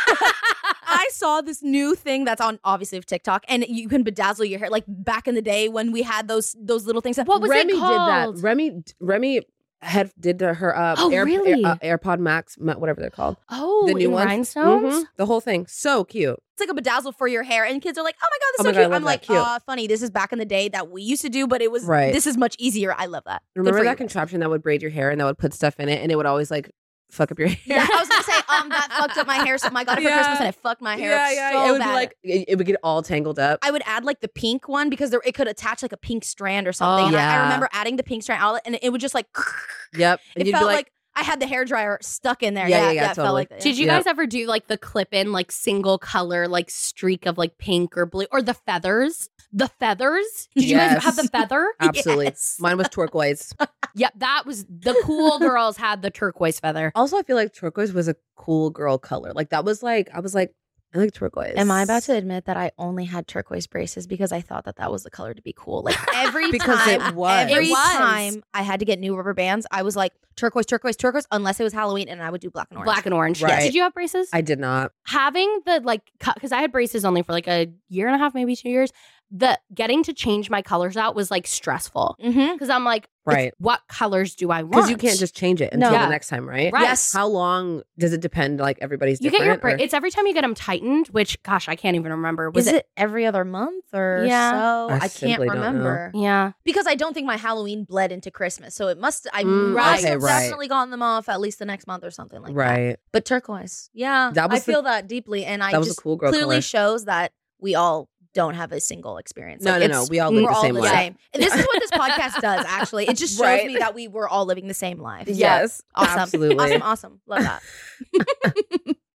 S4: I saw this new thing that's on obviously of TikTok, and you can bedazzle your hair. Like back in the day when we had those those little things.
S2: What was
S3: Remy
S2: it called?
S3: did that. Remy Remy had did to her uh,
S2: Oh,
S3: Air-
S2: really?
S3: Air- uh, AirPod Max, Ma- whatever they're called.
S2: Oh,
S3: the new
S2: in
S3: ones.
S2: rhinestones.
S3: Mhm. The whole thing, so cute.
S4: it's like a bedazzle for your hair, and kids are like, "Oh my god,
S3: Oh
S4: that's
S3: my
S4: so
S3: God, I
S4: cute!"
S3: love
S4: I'm
S3: that.
S4: like,
S3: Cute.
S4: "Uh, funny. This is back in the day that we used to do, but it was
S3: Right.
S4: this is much easier. I love that. Good
S3: Remember
S4: for
S3: that
S4: you.
S3: contraption that would braid your hair and that would put stuff in it, and it would always like fuck up your hair.
S4: Yeah, I was gonna say, um, that fucked up my hair. So I got it for
S3: Yeah.
S4: Christmas, and I fucked my hair. up so
S3: it would
S4: bad.
S3: be like it, it would get all tangled up.
S4: I would add like the pink one because there, it could attach like a pink strand or something.
S3: Oh,
S4: and I, I
S3: yeah.
S4: remember adding the pink strand out, and it would just like
S3: yep, and
S4: it
S3: you'd
S4: felt
S3: be
S4: like,
S3: like,
S4: I had the hair dryer stuck in there.
S3: Yeah,
S4: Yeah,
S3: yeah, yeah,
S4: it felt
S3: totally.
S4: like that.
S2: Did you
S3: Yeah.
S2: guys ever do like the clip in like single color like streak of like pink or blue or the feathers? The feathers? Did you guys
S3: Yes.
S2: have the feather?
S3: absolutely.
S4: Yes.
S3: Mine was turquoise.
S2: yep, that was the cool girls had the turquoise feather.
S3: also, I feel like turquoise was a cool girl color. Like that was like I was like I like turquoise.
S4: Am I about to admit that I only had turquoise braces because I thought that that was the color to be cool? Like every
S3: Because it
S4: time,
S3: was.
S4: every
S2: It was.
S4: time I had to get new rubber bands, I was like turquoise, turquoise, turquoise, unless it was Halloween, and I would do black and orange.
S2: Black and orange.
S3: Right.
S2: Did you have braces?
S3: I did not.
S2: having the like because i had braces only for like a year and a half maybe two years the getting to change my colors out was like stressful
S4: Mm-hmm.
S2: because i'm like it's
S3: Right.
S2: what colors do i want
S3: Because you can't just change it
S4: No.
S3: until
S2: Yeah.
S3: the next time, right?
S2: Right.
S4: Yes.
S3: How long does it depend? Like everybody's
S2: you get
S3: different.
S2: your bra-
S3: or-
S2: it's every time you get them tightened which gosh i can't even remember was
S4: Is it every other month or
S2: Yeah.
S4: so?
S3: I
S4: I, can't
S3: simply don't know.
S4: remember
S2: yeah
S4: because I don't think my Halloween bled into Christmas, so it must. I
S3: Mm,
S4: must
S3: okay,
S4: have
S3: right.
S4: definitely gotten them off at least the next month or something like that.
S3: right.
S4: But turquoise, yeah,
S3: That
S4: I
S3: was the-
S4: feel that deeply, and I
S3: that was
S4: just
S3: a cool girl
S4: clearly
S3: color.
S4: shows that we all don't have a single experience.
S3: No,
S4: Like,
S3: no,
S4: it's-
S3: no. We all live
S4: we're
S3: the
S4: all
S3: same
S4: the
S3: life.
S4: same. This is what this podcast does. Actually, it just shows
S3: Right.
S4: me that we were all living the same life. So,
S3: Yes.
S4: awesome,
S3: Absolutely.
S4: awesome, awesome. Love that.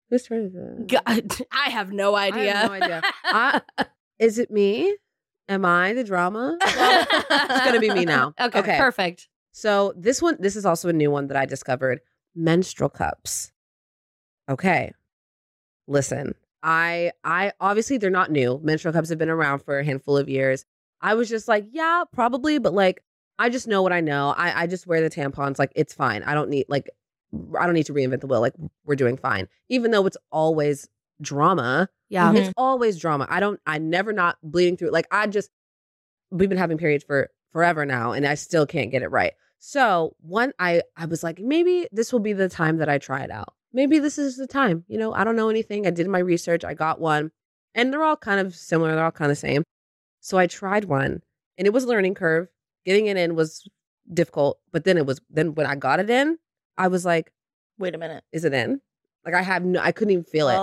S3: Whose turn is it?
S2: God, i have no
S3: I
S2: idea
S3: have no idea. I- is it me? Am I the drama? it's gonna be me now.
S2: okay, perfect
S3: So this one, this is also a new one that I discovered: menstrual cups. Okay, listen, I, I obviously they're not new. Menstrual cups have been around for a handful of years. I was just like, yeah, probably, but like, I just know what I know. I, I just wear the tampons. Like, it's fine. I don't need like, I don't need to reinvent the wheel. Like, we're doing fine, even though it's always drama.
S2: yeah
S4: Mhm.
S3: It's always drama. I don't. I never not bleeding through. Like I just, we've been having periods for forever now, and I still can't get it right. So one, I I was like, maybe this will be the time that I try it out. Maybe this is the time. You know, I don't know anything. I did my research. I got one, and they're all kind of similar. They're all kind of same. So I tried one, and it was a learning curve. Getting it in was difficult, but then it was then when I got it in, I was like,
S4: Wait a minute.
S3: is it in? Like I have no, I couldn't even feel it.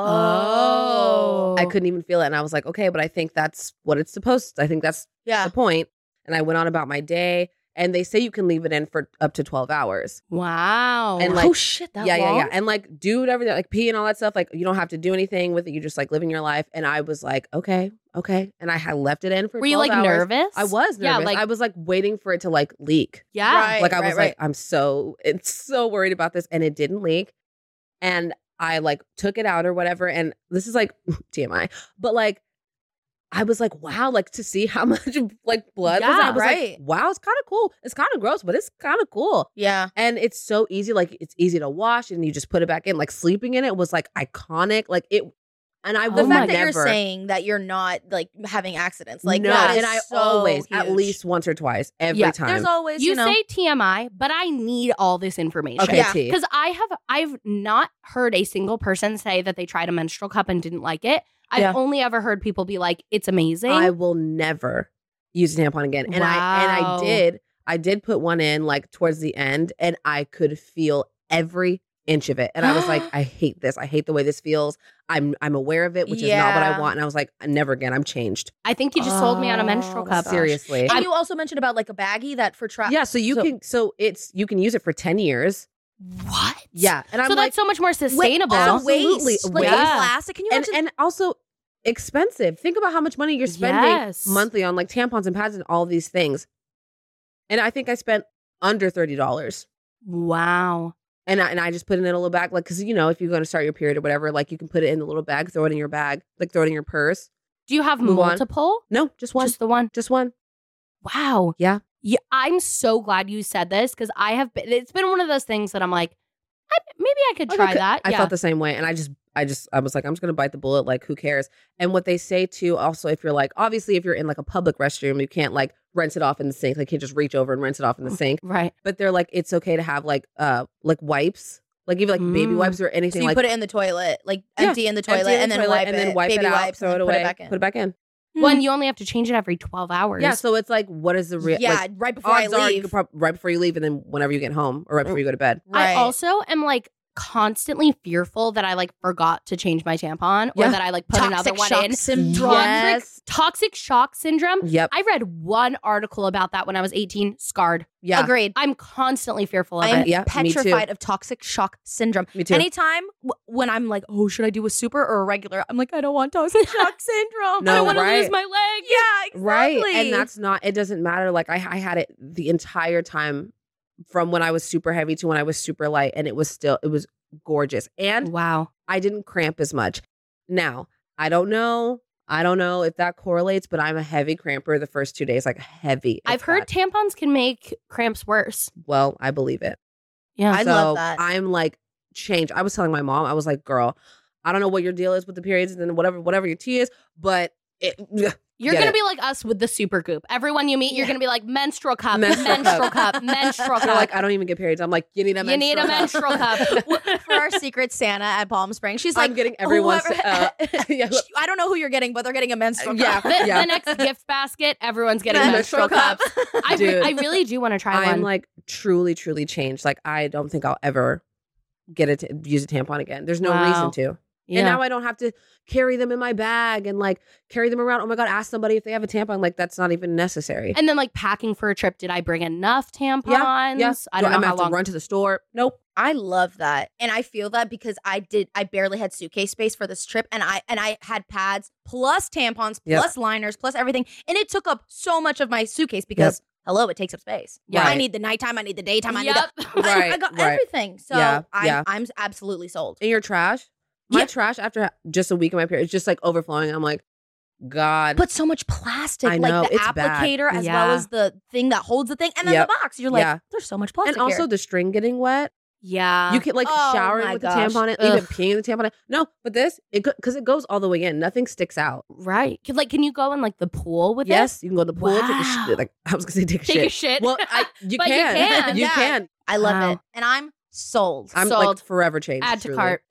S4: Oh.
S3: I couldn't even feel it. And I was like, okay, but I think that's what it's supposed I think that's
S4: Yeah.
S3: the point. And I went on about my day. and they say you can leave it in for up to 12 hours.
S2: Wow.
S3: And, like-
S4: oh shit, that
S3: yeah,
S4: long?
S3: yeah, yeah. And like do whatever, like pee and all that stuff. Like you don't have to do anything with it. You just like living your life. And I was like, okay, okay. And I had left it in for
S2: were you
S3: 12
S2: like
S3: hours.
S2: nervous?
S3: I was nervous.
S2: Yeah, like-
S3: I was like waiting for it to like leak.
S2: Yeah.
S4: Right,
S3: like I
S4: right,
S3: was like,
S4: right.
S3: I'm so it's so worried about this, and it didn't leak. And I like took it out or whatever. And this is like TMI, but like I was like, wow, like to see how much like blood was.
S2: Yeah,
S3: I was
S4: right.
S3: like, wow, it's kind of cool. It's kind of gross, but it's kind of cool.
S4: Yeah.
S3: And it's so easy. Like it's easy to wash, and you just put it back in. Like sleeping in it was like iconic. Like it. And I
S4: the
S3: would
S2: Oh my
S4: fact that
S3: never,
S4: you're saying that you're not like having accidents like
S3: no,
S4: that is
S3: and I
S4: so
S3: always at
S4: huge.
S3: least once or twice every
S2: Yeah,
S3: time.
S4: there's always
S2: you,
S4: you, know,
S2: say TMI, but I need all this information.
S3: okay,
S4: Yeah.
S3: T.
S2: Because I have I've not heard a single person say that they tried a menstrual cup and didn't like it. I've
S4: Yeah.
S2: only ever heard people be like, "It's amazing."
S3: I will never use a tampon again. And I and I
S2: Wow.
S3: did. I did put one in like towards the end and I could feel every inch of it. And I was like, I hate this. I hate the way this feels. I'm I'm aware of it, which is not what I
S4: Yeah.
S3: want. And I was like, never again. I'm changed.
S2: I think you just sold me on a menstrual
S4: Oh,
S2: cup.
S4: gosh.
S3: Seriously.
S4: and you also mentioned about like a baggie that for travel
S3: yeah, so you
S4: So-
S3: can so it's you can use it for 10 years.
S2: What?
S3: Yeah. And I'm
S2: so
S3: like oh,
S2: that's so much more sustainable.
S4: Wait,
S3: Absolutely.
S4: waste, like
S2: Yeah.
S4: plastic. Can you
S3: and,
S4: imagine?
S3: and also expensive. Think about how much money you're spending
S2: Yes.
S3: monthly on like tampons and pads and all these things. And I think I spent under thirty dollars.
S2: wow.
S3: And I, and I just put it in a little bag, like, because, you know, if you're going to start your period or whatever, like, you can put it in the little bag, throw it in your bag, like, throw it in your purse.
S2: Do you have
S3: Move on.
S2: multiple?
S3: No, just one.
S2: Just
S3: Just,
S2: the one.
S3: one.
S2: Wow.
S3: Yeah.
S2: Yeah. I'm so glad you said this because I have been. It's been one of those things that I'm like, I, maybe I could
S3: Like,
S2: try
S3: okay,
S2: that.
S3: I
S2: yeah.
S3: felt the same way. And I just, I just, I was like, I'm just going to bite the bullet. Like, who cares? And what they say, too, also, if you're like, obviously, if you're in like a public restroom, you can't like rinse it off in the sink. Like, you can't just reach over and rinse it off in the sink.
S2: right.
S3: But they're like, it's okay to have like, uh, like wipes, like, even like baby
S2: Mm.
S3: wipes or
S4: so
S3: anything
S4: you
S3: like
S4: put it in the toilet, like
S3: Yeah.
S4: empty in the
S3: empty
S4: toilet,
S3: in the
S4: and then
S3: toilet
S4: wipe
S3: and then
S4: it,
S3: wipe
S4: baby
S3: it out,
S4: wipes,
S3: throw
S4: and
S3: it
S4: then
S3: away,
S4: put it back in.
S3: Put it back in.
S2: Well, and you only have to change it every 12 hours.
S3: Yeah. So it's like, what is the real?
S4: yeah, right before I
S3: odds
S4: leave.
S3: are you could prob- right before you leave and then whenever you get home or right before you go to bed.
S4: right.
S2: I also am like constantly fearful that I like forgot to change my tampon or
S3: Yeah.
S2: that I like put another
S4: toxic
S2: one
S4: shock
S2: in.
S4: syndrome.
S3: Yes.
S2: Toxic shock syndrome.
S3: Yep.
S2: I read one article about that when I was 18, scarred.
S3: Yeah.
S4: Agreed.
S2: I'm constantly fearful of
S4: I'm
S2: it.
S3: Yeah, me too.
S4: petrified of toxic shock syndrome.
S3: Me too.
S4: Anytime w- when I'm like, oh, should I do a super or a regular? I'm like, I don't want toxic shock syndrome.
S3: No,
S2: I don't want to lose
S3: right.
S2: my leg.
S4: Yeah,
S3: right.
S4: exactly.
S3: And that's not. It doesn't matter. Like I, I had it the entire time from when I was super heavy to when I was super light, and it was still it was gorgeous, and
S2: Wow.
S3: I didn't cramp as much. Now I don't know. I don't know if that correlates, but I'm a heavy cramper the first two days, like heavy. as
S2: I've heard
S3: that.
S2: tampons can make cramps worse.
S3: well, I believe it.
S2: Yeah.
S4: I
S3: so
S4: love that.
S3: I'm like changed. I was telling my mom, I was like, girl, I don't know what your deal is with the periods and then whatever whatever your tea is, but it,
S2: You're
S3: Get
S2: going to
S3: it.
S2: be like us with the super goop. Everyone you meet, you're
S4: Yeah.
S2: going to be like, menstrual cup,
S3: Menstrual
S2: menstrual,
S3: cup.
S2: cup, menstrual
S3: they're
S2: cup.
S3: like, I don't even get periods. I'm like, you need a
S2: you need a
S3: menstrual
S2: menstrual cup.
S4: for our secret Santa at Palm Springs. She's
S3: I'm
S4: like,
S3: getting everyone's
S4: whoever-
S3: uh, yeah,
S4: "Sh- I don't know who you're getting, but they're getting a menstrual
S3: Yeah.
S4: cup.
S2: the,
S3: Yeah.
S2: the next gift basket, everyone's getting
S3: Menstrual
S2: menstrual,
S3: cup.
S2: cups. I, re-
S3: Dude.
S2: I really do want to try
S3: I'm
S2: one.
S3: like truly, truly changed. Like I don't think I'll ever get it use a tampon again. There's no
S2: Wow.
S3: reason to.
S2: yeah.
S3: And now I don't have to carry them in my bag and like carry them around. Oh my god, ask somebody if they have a tampon. Like that's not even necessary.
S2: and then like packing for a trip, did I bring enough tampons?
S3: yeah.
S2: I don't
S3: I'm
S2: know
S3: gonna
S2: how
S3: have
S2: long.
S3: to run to the store. Nope.
S4: I love that. And I feel that because I did I barely had suitcase space for this trip and I and I had pads plus tampons
S3: Yep.
S4: plus liners plus everything and it took up so much of my suitcase because hello it takes up space.
S3: Yeah.
S4: I need the nighttime, I need the daytime, I need
S2: Yep.
S4: the, I- I,
S3: Right,
S4: got
S3: right.
S4: everything. So
S3: Yeah,
S4: I'm,
S3: yeah.
S4: I'm absolutely sold.
S3: in your trash. My
S4: Yeah.
S3: trash after just a week of my period, it's just like overflowing. I'm like, God,
S4: But so much plastic,
S3: I know,
S4: like the
S3: it's bad.
S4: applicator as well
S2: Yeah.
S4: as the thing that holds the thing and then
S3: Yep.
S4: the box. You're like,
S3: Yeah.
S4: there's so much plastic.
S3: and also
S4: here.
S3: the string getting wet.
S2: yeah.
S3: you can like
S4: oh
S3: shower
S4: my
S3: with
S4: gosh.
S3: the tampon, in, even peeing in the tampon. in. No, but this it because it goes all the way in. Nothing sticks out.
S2: right. Can, like, can you go in like the pool with
S3: yes, you can go to the pool. Take a
S2: Wow.
S3: sh- like I was gonna say, take a
S2: it? Take
S3: shit.
S2: a shit.
S3: Well, I, you,
S2: But you
S3: can.
S2: can,
S3: You
S4: yeah.
S3: can.
S4: I love
S2: Wow.
S4: it. And I'm sold.
S3: I'm
S2: Sold.
S3: like forever changed.
S2: add to
S3: truly.
S2: cart.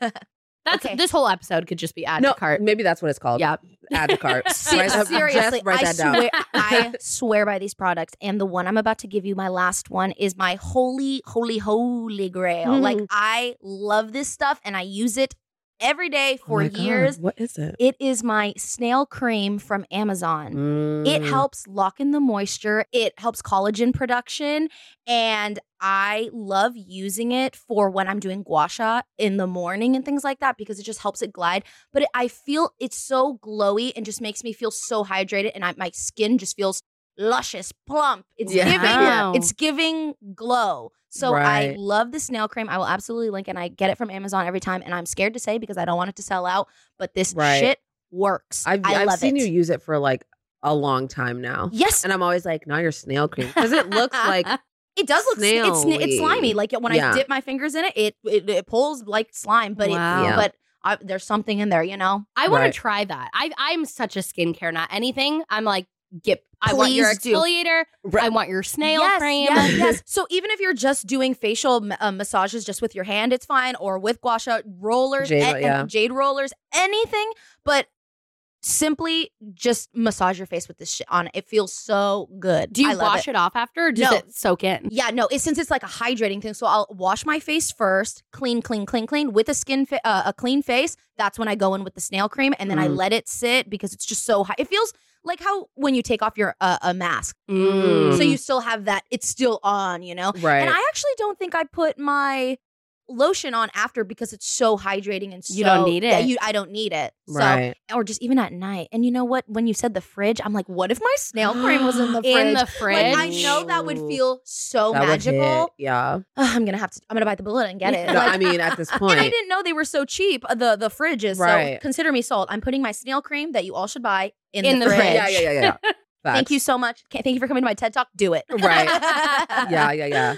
S2: That's
S4: Okay.
S2: this whole episode could just be add
S3: no,
S2: to cart.
S3: maybe that's what it's called.
S2: Yeah.
S3: add to cart.
S4: Se-
S3: Write that-
S4: seriously,
S3: just write
S4: I
S3: that down.
S4: swear, I swear by these products. And the one I'm about to give you, my last one, is my holy, holy, holy grail. Like
S3: Mhm.
S4: I love this stuff and I use it every day
S3: Oh
S4: for
S3: my God,
S4: years.
S3: What is it?
S4: It is my snail cream from Amazon. It
S3: Mm.
S4: helps lock in the moisture. It helps collagen production. And I love using it for when I'm doing gua sha in the morning and things like that because it just helps it glide. But it, I feel it's so glowy and just makes me feel so hydrated. And I, my skin just feels luscious, plump. It's
S3: Yeah.
S4: giving.
S3: Yeah.
S4: It's giving glow. So I
S3: Right.
S4: love the snail cream. I will absolutely link and I get it from Amazon every time. And I'm scared to say because I don't want it to sell out, but this
S3: Right.
S4: shit works.
S3: I've,
S4: I
S3: I've
S4: love
S3: seen
S4: it.
S3: you use it for like a long time now.
S4: Yes,
S3: And I'm always like, now your snail cream. Because it looks like
S4: It does look sna- it's sna- it's
S3: Snaily.
S4: slimy. Like when
S3: Yeah.
S4: I dip my fingers in it, it it, it pulls like slime, but
S2: Wow.
S4: it
S3: Yeah.
S4: but I, there's something in there, you know.
S2: I want
S3: Right.
S2: to try that. I I'm such a skincare not anything. I'm like get. I want your
S4: Please do.
S2: exfoliator. I
S3: Right.
S2: want your snail
S4: yes,
S2: cream.
S4: Yes, yes. So even if you're just doing facial ma- uh, massages just with your hand, it's fine, or with gua sha rollers,
S3: Jade,
S4: a- and
S3: yeah.
S4: jade rollers, anything. But simply just massage your face with this shit on. it. It feels so good.
S2: Do
S4: I
S2: you
S4: love
S2: wash it. off after or does
S4: No.
S2: it soak in?
S4: Yeah, no. It, since it's like a hydrating thing, so I'll wash my face first, clean, clean, clean, clean, with a skin, fa- uh, a clean face. That's when I go in with the snail cream, and then I
S3: Mm.
S4: let it sit because it's just so high. It feels like how when you take off your uh, a mask,
S3: Mm.
S4: so you still have that. It's still on, you know.
S3: right.
S4: And I actually don't think I put my lotion on after because it's so hydrating and so
S2: You don't need
S4: Yeah,
S2: it.
S4: you, I don't need it.
S3: right.
S4: So or just even at night. And you know what? When you said the fridge, I'm like, what if my snail cream was in the fridge?
S2: in the fridge.
S4: Like I know that would
S3: Ooh.
S4: feel so
S3: That would hit,
S4: magical.
S3: Yeah.
S4: Ugh, I'm gonna have to. I'm gonna bite the bullet and get it.
S3: No,
S4: Like,
S3: I mean, at this
S4: and I
S3: point,
S4: didn't know they were so cheap. uh, The the fridges. So
S3: Right.
S4: consider me sold. I'm putting my snail cream that you all should buy in,
S2: In
S4: the,
S2: the
S4: fridge.
S2: fridge.
S3: yeah, yeah, yeah, yeah. yeah.
S4: Thank you
S3: Facts.
S4: so much. Ca- Thank you for coming to my TED talk. Do it.
S3: Right. Yeah, yeah, yeah.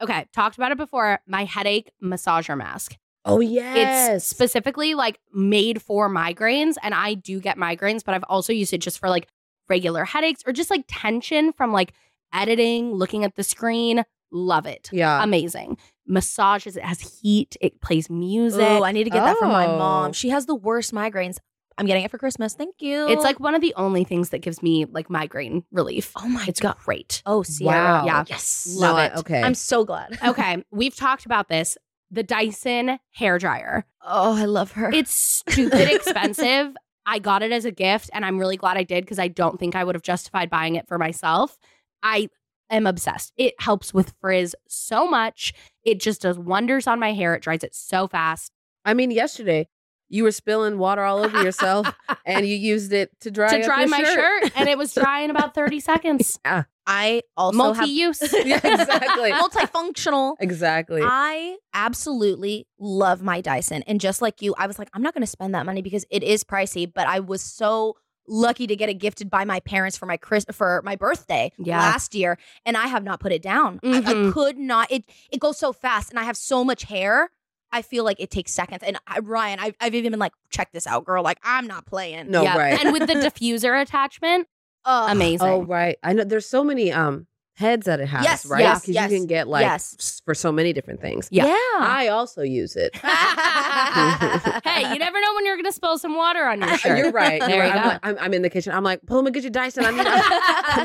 S2: Okay, talked about it before. My headache massager mask.
S3: Oh
S2: It's
S3: yes.
S2: specifically like made for migraines, and I do get migraines, but I've also used it just for like regular headaches or just like tension from like editing, looking at the screen. Love it.
S3: yeah.
S2: Amazing. Massages, it has heat, it plays music.
S4: Oh, I need to get that from my mom.
S3: Oh.
S4: She has the worst migraines. I'm getting it for Christmas. Thank you.
S2: it's like one of the only things that gives me like migraine relief.
S4: oh my.
S2: It's
S4: God.
S2: great.
S4: Oh, Sierra.
S3: Wow.
S4: Yeah. Yes.
S3: No,
S2: Love
S3: I-
S2: it.
S3: Okay.
S4: I'm so glad.
S2: Okay, we've talked about this. The Dyson hair dryer.
S4: Oh, I love her.
S2: It's stupid expensive. I got it as a gift and I'm really glad I did because I don't think I would have justified buying it for myself. I am obsessed. It helps with frizz so much. It just does wonders on my hair. It dries it so fast.
S3: I mean, yesterday you were spilling water all over yourself, and you used it to dry
S2: to
S3: up
S2: dry
S3: your
S2: my shirt. and it was dry in about 30 seconds.
S4: I also
S2: Multi
S4: have
S2: use.
S3: yeah, exactly.
S4: multifunctional.
S3: exactly.
S4: I absolutely love my Dyson. And just like you, I was like, I'm not going to spend that money because it is pricey, but I was so lucky to get it gifted by my parents for my Chris for my birthday
S2: Yeah.
S4: last year and I have not put it down. I- I,
S3: Mm-hmm.
S2: Mhm.
S4: could not it it goes so fast and I have so much hair. I feel like it takes seconds and I, Ryan I, I've even been like check this out girl like I'm not playing.
S3: No, right.
S2: And with the diffuser attachment,
S4: Ugh.
S2: amazing.
S3: oh right. I know. There's so many um heads that it has.
S4: Yes,
S3: Right.
S4: yes,
S3: 'Cause
S4: yes,
S3: You can get like
S4: yes.
S3: s- for so many different things.
S2: Yeah.
S4: yeah.
S3: I also use it.
S2: Hey, you never know when you're going to spill some water on your
S3: Uh,
S2: shirt.
S3: You're right.
S2: There
S3: You're
S2: you
S3: right. I'm,
S2: go.
S3: like- I'm, I'm in the kitchen. I'm like, pull him and get your Dyson. I need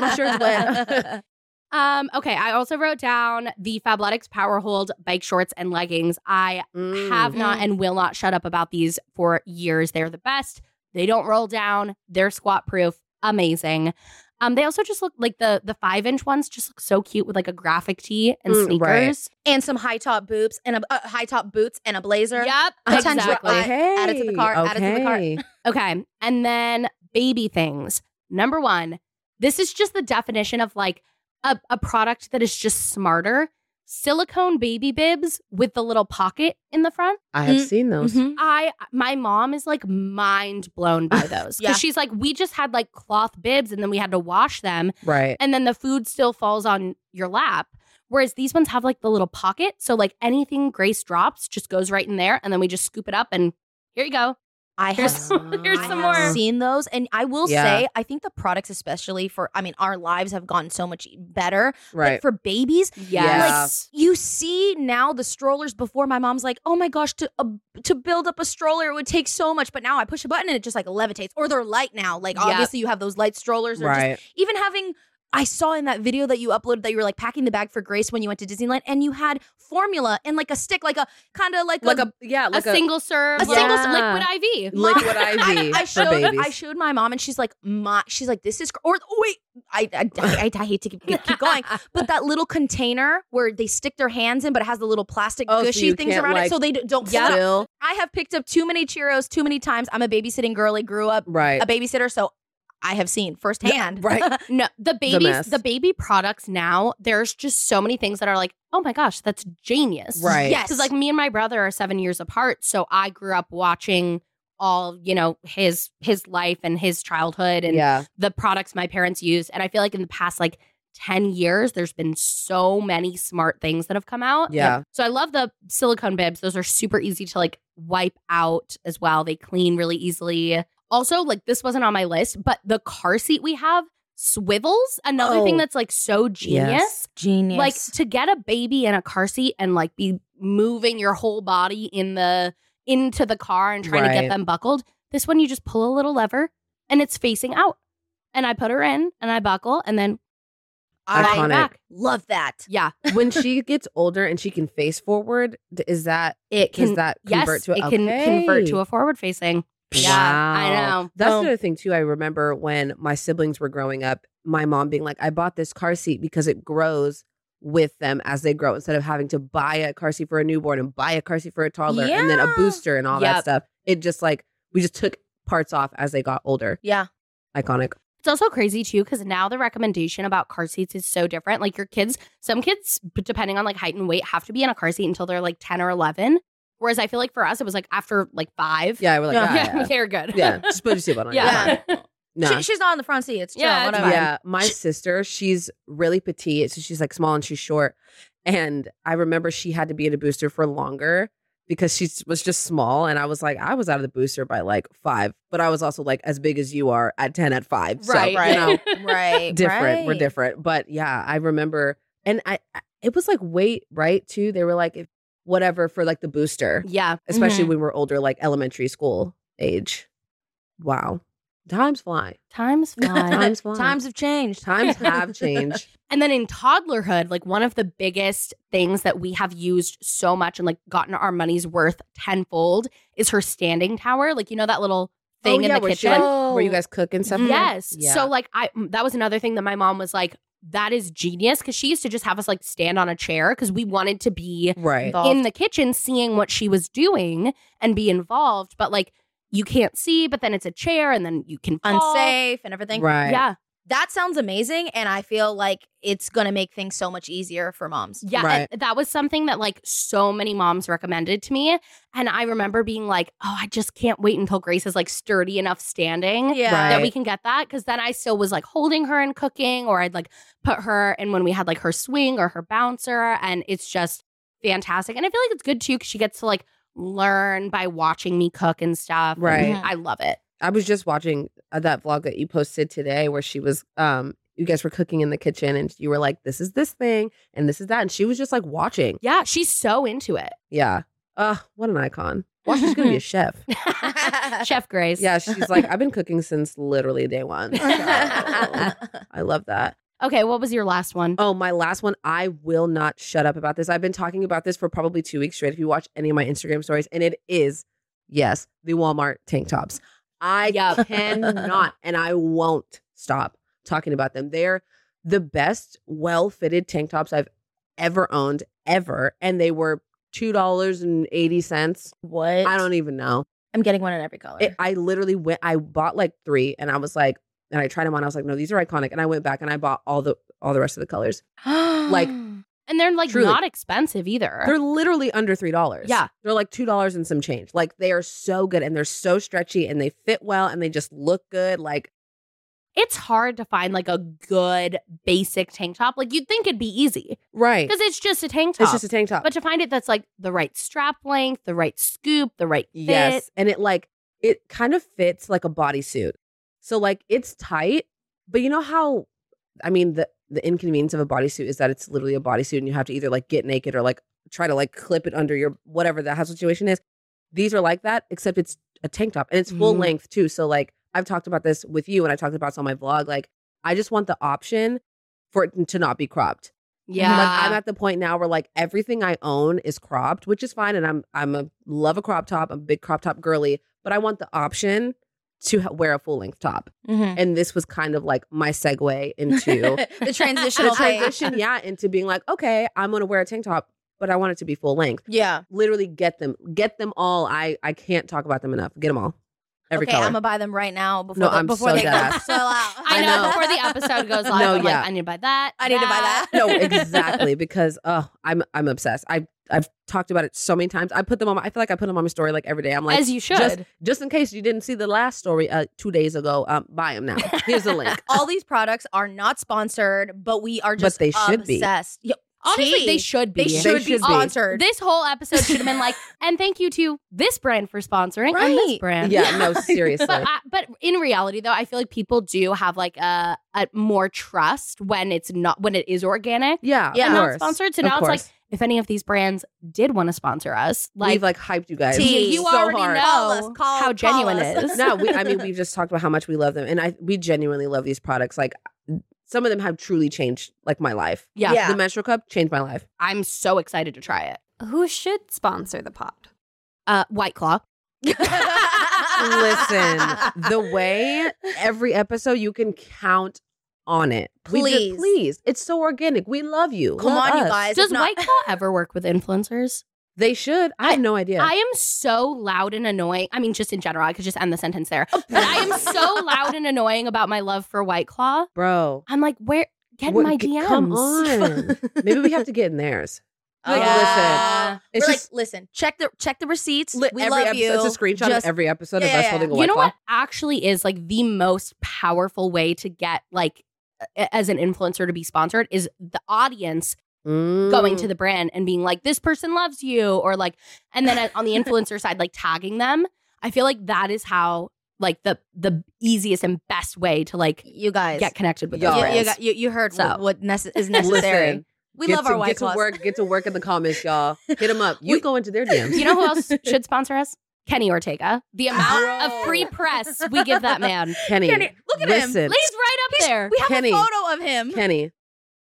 S3: my shirt's wet.
S2: Um, okay, I also wrote down the Fabletics Power Hold bike shorts and leggings. I
S3: Mm.
S2: have not and will not shut up about these for years. They're the best. They don't roll down. They're squat proof. Amazing. Um, they also just look like the the five inch ones just look so cute with like a graphic tee and
S3: Mm, right.
S2: sneakers.
S4: and some high top boots and a uh, high top boots and a blazer.
S2: Yep,
S4: Attention.
S2: exactly.
S3: Okay.
S4: Add it to the cart, add it to the cart.
S3: Okay.
S2: Okay. And then baby things. Number one, this is just the definition of like a, a product that is just smarter. Silicone baby bibs with the little pocket in the front.
S3: I have
S4: Mm.
S3: seen those.
S4: Mhm.
S2: I my mom is like mind blown by those. Because
S4: Yeah.
S2: she's like, we just had like cloth bibs and then we had to wash them
S4: Mm-hmm.
S3: Right.
S2: and then the food still falls on your lap. Whereas these ones have like the little pocket. So like anything Grace drops just goes right in there and then we just scoop it up and here you go.
S4: I have
S2: Here's some, here's
S4: I
S2: some
S4: have
S2: more.
S4: seen those, and I will
S3: Yeah.
S4: say, I think the products, especially for, I mean, our lives have gone so much e, better.
S3: Right.
S4: For babies,
S2: Yes.
S4: you see now the strollers. Before my mom's like, "Oh my gosh, to uh, to build up a stroller it would take so much," but now I push a button and it just like levitates. Or they're light now. Like
S2: Yep.
S4: obviously you have those light strollers. Or
S3: right.
S4: just, even having I saw in that video that you uploaded that you were like packing the bag for Grace when you went to Disneyland and you had formula and like a stick, like a kind of like,
S3: like
S4: a,
S3: a yeah, like
S2: a, single serve,
S4: a
S2: single
S3: single-
S2: liquid IV.
S3: liquid IV
S4: I
S3: for
S4: showed
S3: babies.
S4: I showed my mom and she's like my she's like this is cr- or oh wait I I, I, I hate to keep, keep going but that little container where they stick their hands in but it has the little plastic
S3: Oh, so
S4: gushy
S3: you
S4: things
S3: can't,
S4: around
S3: like,
S4: it so they d- don't
S3: yeah.
S4: flip.
S3: Still,
S4: I have picked up too many Cheerios too many times I'm a babysitting girl I grew up
S3: right.
S4: a babysitter so I have seen firsthand
S3: right.
S2: No, the babies,
S3: mess.
S2: the, baby products now, there's just so many things that are like, oh my gosh, that's genius.
S3: Right.
S4: yes
S2: Because like me and my brother are seven years apart. So I grew up watching all, you know, his his life and his childhood and
S3: yeah.
S2: the products my parents used. And I feel like in the past like 10 years, there's been so many smart things that have come out.
S3: Yeah.
S2: So I love the silicone bibs. Those are super easy to like wipe out as well. They clean really easily. Also, like this wasn't on my list, but the car seat we have swivels. Another
S4: Oh.
S2: thing that's like so genius.
S3: Yes.
S4: genius
S2: Like to get a baby in a car seat and like be moving your whole body in the into the car and trying to
S3: Right.
S2: get them buckled. This one you just pull a little lever and it's facing out. And I put her in and I buckle and then
S4: I
S3: Iconic.
S2: back.
S4: love that
S2: Yeah.
S3: when she gets older and she can face forward, d- is that
S2: It
S3: does
S2: can
S3: that
S2: yes,
S3: convert to a,
S2: it can convert to a forward facing. Yeah, I
S3: Wow.
S2: know.
S3: That's
S4: Oh.
S3: another thing too. I remember when my siblings were growing up, my mom being like, "I bought this car seat because it grows with them as they grow, instead of having to buy a car seat for a newborn and buy a car seat for a toddler and then a
S4: Yeah.
S3: booster and all that
S2: Yep.
S3: stuff." It just like we just took parts off as they got older.
S4: yeah
S3: Iconic.
S2: It's also crazy too because now the recommendation about car seats is so different. Like your kids, some kids, b- depending on like height and weight, have to be in a car seat until they're like ten or eleven. Whereas I feel like for us, it was like after like five.
S3: Yeah, we're like, "Ah,
S4: Yeah.
S3: yeah,
S2: yeah,
S3: yeah.
S2: they're good.
S3: yeah. Just put your seatbelt on.
S2: Yeah.
S3: Yeah. No.
S4: She- she's not on the front seat it's chill,
S2: Yeah, it's
S4: whatever.
S2: fine.
S3: Yeah, my sister, she's really petite, so she's like small and she's short. And I remember she had to be in a booster for longer because she was just small. And I was like, I was out of the booster by like five, but I was also like as big as you are at ten at five. So,
S2: Right,
S3: you
S2: right.
S3: know,
S4: right
S3: different. We're
S4: right.
S3: different. But yeah, I remember, and I, I- it was like weight, right? Too. They were like if, whatever for like the booster,
S2: yeah.
S3: especially
S4: Mhm.
S3: when we're older, like elementary school age. Wow, times fly.
S2: Times fly.
S3: Times fly.
S4: times have changed
S3: Times have changed.
S2: and then in toddlerhood, like one of the biggest things that we have used so much and like gotten our money's worth tenfold is her standing tower. Like you know that little thing in the
S3: where
S2: kitchen.
S3: She, like,
S4: Oh.
S3: where you guys cook and stuff.
S4: Mhm.
S2: Yes.
S3: Yeah.
S2: So like I that was another thing that my mom was like that is genius cuz she used to just have us like stand on a chair cuz we wanted to be
S3: Right.
S4: Involved.
S2: in the kitchen seeing what she was doing and be involved but like you can't see but then it's a chair and then you can fall.
S4: unsafe and everything
S3: Right.
S2: Yeah.
S4: that sounds amazing and i feel like it's gonna make things so much easier for moms
S2: Yeah,
S3: Right.
S2: and that was something that like so many moms recommended to me and I remember being like, "Oh, I just can't wait until Grace is like sturdy enough standing."
S4: yeah
S2: that
S3: Right.
S2: we can get that because then I still was like holding her and cooking, or I'd like put her in when we had like her swing or her bouncer, and it's just fantastic. And I feel like it's good too because she gets to like learn by watching me cook and stuff. and
S3: Right.
S2: I love it.
S3: I was just watching uh, that vlog that you posted today where she was um you guys were cooking in the kitchen and you were like this is this thing and this is that and she was just like watching.
S2: Yeah, she's so into it.
S3: Yeah. Uh what an icon. Well, she's going to be a chef.
S2: Chef Grace.
S3: Yeah, she's like I've been cooking since literally day 1. So, I love that.
S2: Okay, what was your last one?
S3: Oh, my last one. I will not shut up about this. I've been talking about this for probably two weeks straight. If you watch any of my Instagram stories, and it is, yes, the Walmart tank tops. I
S2: Yup.
S3: cannot and I won't stop talking about them. They're the best well fitted tank tops I've ever owned, ever. And they were $2.80.
S4: what
S3: I don't even know.
S4: i'm getting one in every color
S3: It, I literally went. I bought like three, and I was like, and I tried them on. I was like, no, these are iconic. And I went back and I bought all the all the rest of the colors. like,
S2: And they're like
S3: truly.
S2: not expensive either.
S3: They're literally under three dollars.
S2: Yeah.
S3: they're like two dollars and some change. Like they are so good, and they're so stretchy, and they fit well, and they just look good. Like
S2: it's hard to find like a good basic tank top. Like you'd think it'd be easy
S3: right,
S2: because it's just a tank top.
S3: it's just a tank top.
S2: But to find it that's like the right strap length, the right scoop, the right fit.
S3: yes, and it like it kind of fits like a bodysuit. So like it's tight, but you know how? I mean the the inconvenience of a bodysuit is that it's literally a bodysuit, and you have to either like get naked or like try to like clip it under your whatever the house situation is. These are like that, except it's a tank top and it's full
S2: Mhm.
S3: length too. So like I've talked about this with you and I talked about this on my vlog. Like I just want the option for it to not be cropped.
S2: Yeah.
S3: Like I'm at the point now where like everything I own is cropped, which is fine. And I'm I'm a love a crop top, I'm a big crop top girly, but I want the option to ha- wear a full length top.
S4: Mhm.
S3: And this was kind of like my segue into
S4: the
S3: the
S4: transitional phase.
S3: transition, yeah, into being like, okay, I'm gonna wear a tank top, but I want it to be full length.
S4: Yeah.
S3: Literally get them, get them all. I I can't talk about them enough. Get them all, every
S4: okay,
S3: color.
S4: I'm gonna buy them right now before
S3: No,
S4: the-
S3: I'm
S4: before
S3: so
S4: they go
S3: dead ass.
S4: sell out.
S2: I know,
S3: know.
S2: before the episode goes live,
S3: No,
S2: I'm
S3: yeah.
S2: like, I need to buy that.
S4: I need to buy that.
S3: no, exactly because oh, I'm I'm obsessed. I I've talked about it so many times. I put them on. My, I feel like I put them on my story like every day. I'm like,
S2: As you should.
S3: Just, just in case you didn't see the last story uh, two days ago, um, buy them now. Here's the link.
S4: All these products are not sponsored, but we are
S3: But
S4: just
S3: they should be.
S4: obsessed. Be.
S2: Honestly, they should be.
S4: They should be
S3: should be.
S4: sponsored.
S2: This whole episode should have been like, and thank you to this brand for sponsoring and this
S4: Right.
S2: brand.
S3: Yeah, no, seriously.
S2: But, I, but in reality, though, I feel like people do have like a, a more trust when it's not when it is organic
S3: Yeah,
S4: Yeah.
S3: of
S2: and
S3: course.
S2: not sponsored. So
S3: Of
S2: now it's like
S3: course.
S2: if any of these brands did want to sponsor us, like,
S3: we've like hyped you guys.
S4: Tea.
S2: you
S3: so
S2: already
S3: hard.
S2: know
S4: Call us, call-
S2: how
S4: call
S2: genuine it
S4: us.
S2: is.
S3: no, we, I mean, we've just talked about how much we love them, and I we genuinely love these products. Like some of them have truly changed like my life.
S2: Yeah.
S4: Yeah.
S3: The menstrual cup changed my life.
S2: I'm so excited to try it.
S5: Who should sponsor the pod?
S2: Uh, White Claw.
S3: Listen, the way every episode you can count on it. We ju-
S4: Please.
S3: please. It's so organic. We love you.
S4: Come
S3: Love
S4: on, you
S3: us.
S4: guys. Is it
S2: Does
S4: not-
S2: White Claw ever work with influencers?
S3: They should. I, have no idea.
S2: I am so loud and annoying. I mean, just in general, I could just end the sentence there.
S3: Oh,
S2: But I am so loud and annoying about my love for White Claw.
S3: Bro.
S2: I'm like, where? Get in
S3: What-
S2: my
S3: g-
S2: DMs.
S3: Come on. Maybe we have to get in theirs. Like,
S4: Yeah.
S3: listen, it's
S4: We're
S3: just-
S4: like, listen, check the check the receipts.
S3: Li-
S4: we
S3: every
S4: love
S3: episode,
S4: you.
S3: It's a screenshot
S4: Just-
S3: of every episode
S4: Yeah,
S3: of
S4: yeah,
S3: us
S4: yeah.
S3: holding a
S4: You
S3: white
S2: You know
S3: claw.
S2: what actually is like the most powerful way to get like a- as an influencer to be sponsored is the audience
S3: Mm.
S2: going to the brand and being like this person loves you or like and then uh, on the influencer side like tagging them. I feel like that is how like the the easiest and best way to like
S4: you guys.
S2: get connected with
S4: you,
S2: those
S3: Y'all.
S4: you,
S2: brands.
S4: got- you, you heard
S2: So.
S4: what, what nece- is
S3: Listen,
S4: necessary. we
S3: get
S4: love
S3: to,
S4: our white
S3: Get
S4: claws.
S3: to work. Get to work in the comments, y'all. Hit them up. You go into their DMs.
S2: You know who else should sponsor us? Kenny Ortega. The amount of
S3: Bro.
S2: free press we give that man.
S3: Kenny,
S4: Kenny, look at him.
S3: listen,
S2: He's right up there.
S4: We have
S3: Kenny.
S4: a photo of him.
S3: Kenny,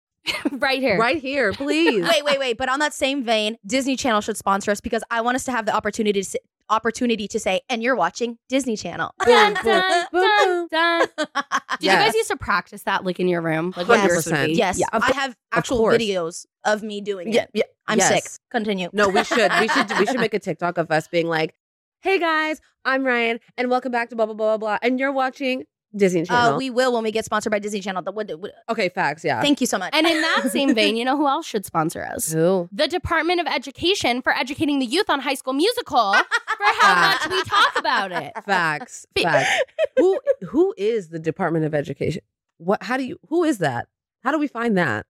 S2: right here.
S3: right here, please.
S4: wait, wait, wait. But on that same vein, Disney Channel should sponsor us because I want us to have the opportunity to s- opportunity to say, and you're watching Disney Channel.
S2: Dun,
S3: Boom,
S2: dun,
S3: boom,
S2: dun,
S3: boom.
S2: dun. Did you
S3: Yes.
S2: guys used to practice that like in your room? Like what yours would
S3: 100%.
S2: be?
S4: yes,
S3: Yeah, of
S4: I
S3: cour-
S4: have
S3: of
S4: actual
S3: course.
S4: videos of me doing
S3: Yeah,
S4: it.
S3: yeah.
S4: I'm
S3: yes.
S4: sick. Continue.
S3: No, we should. We should. We should make a TikTok of us being like, "Hey guys, I'm Ryan, and welcome back to blah blah blah blah blah, and you're watching Disney Channel."
S4: Uh, we will when we get sponsored by Disney Channel. The, what, what,
S3: okay, facts. Yeah.
S4: Thank you so much.
S2: And in that same vein, you know who else should sponsor us?
S3: Who?
S2: The Department of Education for educating the youth on High School Musical for how much we talk about it.
S3: Facts.
S2: Be-
S3: facts. who? Who is the Department of Education? What? How do you? Who is that? How do we find that?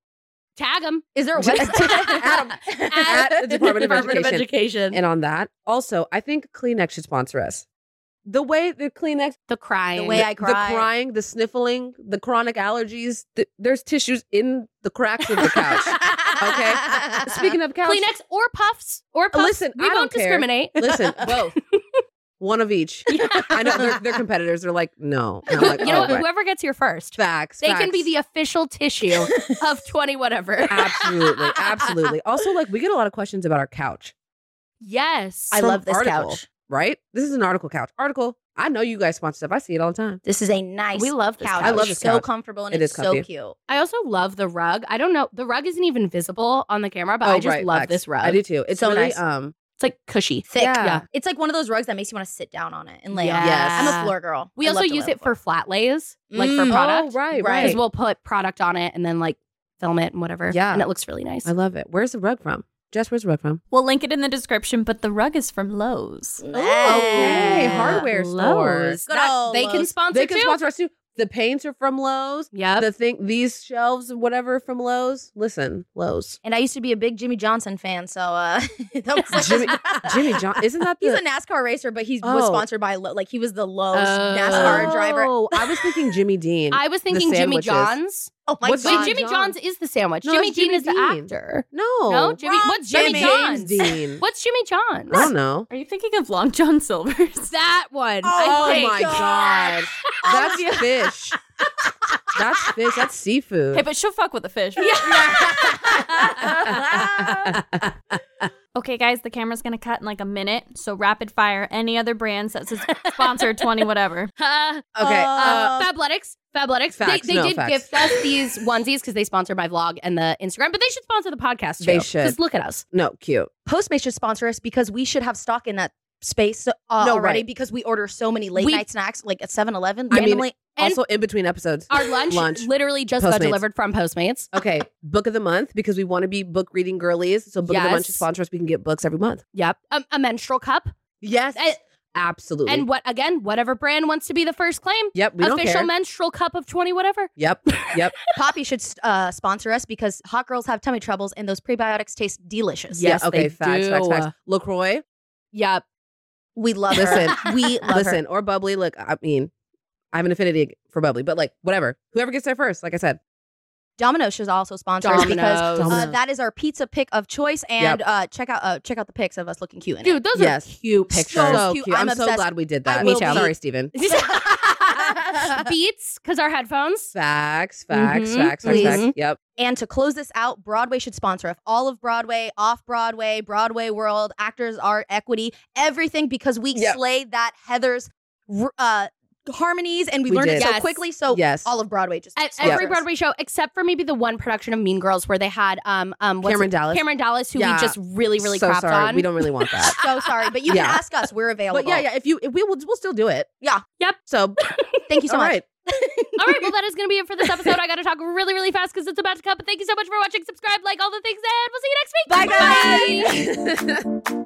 S2: Tag him.
S4: is there a website?
S3: Adam. At the Department of Education.
S2: Education.
S3: And on that, also, I think Kleenex should sponsor us. The way the Kleenex,
S2: the crying.
S4: The way I cry.
S3: the crying, the sniffling, the chronic allergies. The, there's tissues in the cracks of the couch.
S4: okay.
S3: Speaking of couch,
S2: Kleenex or puffs or puffs.
S3: Uh, Listen,
S2: we
S3: I
S2: won't
S3: don't care.
S2: discriminate.
S3: Listen, both. One of each. I know their, their competitors are like, no. And I'm like,
S2: you know
S3: oh,
S2: what?
S3: right.
S2: Whoever gets here first,
S3: facts.
S2: they
S3: facts.
S2: can be the official tissue of 20 whatever.
S3: absolutely, absolutely. Also, like we get a lot of questions about our couch,
S2: Yes.
S4: I
S3: From
S4: love this
S3: article.
S4: couch.
S3: right? This is an article couch. Article. I know you guys sponsor stuff. I see it all the time.
S4: This is a nice
S2: we love this
S4: couch.
S3: I love
S4: It's
S3: this
S4: so
S3: couch.
S4: comfortable and
S3: It
S4: it's
S3: is
S4: so
S3: comfy.
S4: cute.
S2: I also love the rug. I don't know. The rug isn't even visible on the camera, but
S3: oh,
S2: I just
S3: right,
S2: love
S3: facts.
S2: this rug.
S3: I do too. It's
S4: So
S3: really
S4: nice.
S3: um
S2: It's like cushy.
S4: Thick.
S3: Yeah.
S4: It's like one of those rugs that makes you want to sit down on it and lay on it.
S3: Yes.
S4: I'm a floor girl.
S2: We
S4: I
S2: also
S4: love to
S2: use
S4: lay on
S2: it
S4: the floor.
S2: for flat lays, like
S4: Mm.
S2: for
S4: Oh,
S2: product.
S3: Oh, right,
S4: right.
S2: Because
S3: right.
S2: we'll put product on it and then like film it and whatever.
S3: Yeah.
S2: And it looks really nice.
S3: I love it. Where's the rug from? Jess, where's the rug from?
S5: We'll link it in the description, but the rug is from Lowe's.
S3: oh, Okay,
S4: Yeah.
S3: hardware store.
S2: Lowe's.
S4: Good
S2: That-
S4: old
S2: they can
S4: Lowe's.
S2: sponsor
S3: They can
S2: too.
S3: sponsor us too. The paints are from Lowe's.
S2: yep.
S3: The thing, these shelves, whatever, from Lowe's. Listen, Lowe's.
S4: And I used to be a big Jimmy Johnson fan, so uh, that was
S3: Jimmy- Jimmy John, isn't that the
S4: He's a NASCAR racer, but he was
S3: Oh.
S4: sponsored by Lo- like he was the Lowe's
S2: Oh.
S4: NASCAR driver.
S3: Oh, I was thinking Jimmy Dean.
S2: I was thinking Jimmy
S3: sandwiches.
S2: John's.
S4: Oh my
S3: What's
S4: god.
S2: Wait, Jimmy
S3: John.
S2: John's is the sandwich.
S3: No,
S2: Jimmy
S3: it's
S2: Dean
S3: Jimmy
S2: is the
S3: Dean.
S2: actor.
S3: No.
S2: No, Jimmy.
S4: Wrong
S2: what's Jimmy
S4: Jimmy.
S2: John's?
S3: James Dean.
S2: What's Jimmy John's?
S3: I don't know.
S5: Are you thinking of Long John Silver's?
S2: That one.
S4: Oh
S2: I think.
S4: my God.
S2: Oh
S3: That's fish. That's fish. That's
S5: Hey,
S3: seafood.
S5: but she'll fuck with the fish. Okay, guys, the camera's gonna cut in like a minute. So rapid fire. Any other brands that says sponsored twenty whatever.
S2: Uh,
S3: Okay.
S2: uh,
S3: Uh,
S2: Fabletics. Fabletics.
S3: Facts,
S2: they they
S3: no,
S2: did
S3: facts.
S2: gift us these onesies because they sponsor my vlog and the Instagram, but they should sponsor the podcast too.
S3: They should.
S2: Because look at us.
S3: no, cute.
S4: Postmates should sponsor us because we should have stock in that space uh,
S3: No,
S4: already
S3: right.
S4: because we order so many late
S2: We-
S4: night snacks like at 7-Eleven
S3: I mean-
S4: randomly.
S2: And-
S3: also, in between episodes.
S2: Our lunch,
S3: Lunch.
S2: literally just got
S3: Postmates.
S2: delivered from Postmates.
S3: Okay, book of the month because we want to be book reading girlies. So book of the month should
S2: Yes.
S3: sponsor us. We can get books every month.
S2: Yep. Um, a menstrual cup.
S3: Yes,
S2: And-
S3: absolutely.
S2: And what again, whatever brand wants to be the first claim.
S3: yep, we don't
S2: official
S3: care.
S2: menstrual cup of 20 whatever.
S3: yep, yep.
S4: Poppy should uh, sponsor us because hot girls have tummy troubles and those prebiotics taste delicious.
S3: yeah.
S2: Yes,
S3: Okay.
S2: they
S3: Facts. Facts.
S2: do.
S3: Facts. Lacroix.
S2: Yep.
S4: We love
S3: Listen,
S4: her. We love her.
S3: Listen, or bubbly. Look, I mean, I have an affinity for bubbly, but like whatever. Whoever gets there first, like I said,
S4: Domino's should also sponsor us because
S2: Domino's.
S4: uh,
S3: Domino's.
S4: that is our pizza pick of choice. And uh, check out uh, check out the pics of us looking cute in
S2: Dude, those
S3: Yes.
S2: are cute
S4: So
S2: pictures.
S3: so
S4: cute.
S3: cute.
S4: I'm
S3: I'm, so
S4: obsessed.
S3: glad we did
S4: I
S3: that.
S4: will
S2: Me too. be-
S3: Sorry, Steven.
S4: it.
S2: uh, Beats, because our headphones.
S3: Facts. Facts.
S4: Mm-hmm.
S2: Mhm,
S3: Facts. Facts.
S2: please.
S3: Facts. Yep.
S4: and to close this out, Broadway should sponsor us. All of Broadway, off Broadway, Broadway world, actors, art, equity, everything because we
S3: Yeah.
S4: slayed that Heather's r- uh, harmonies and we,
S3: We
S4: learned it
S3: did.
S4: so
S2: Yes.
S4: quickly. So
S3: Yes.
S4: all of Broadway just
S2: At
S4: sponsor
S2: E-, every
S4: us.
S2: Broadway show, except for maybe the one production of Mean Girls where they had um um what's
S3: Cameron
S2: it-
S3: Dallas.
S2: Cameron Dallas, who
S3: Yeah.
S2: we just really really
S3: so
S2: crapped
S3: sorry.
S2: on.
S3: We don't really want that.
S4: So sorry, but you
S3: Yeah.
S4: can ask us. We're available.
S3: but yeah, yeah. If you, if we will, we'll still do it.
S4: Yeah.
S2: Yep.
S3: So
S4: Thank you so
S3: all
S4: much.
S3: right.
S2: all right, well that is going to be it for this episode. I got to talk really really fast because it's about to come. But thank you so much for watching. Subscribe, like all the things, and we'll see you next week.
S4: Bye, guys.
S3: Bye.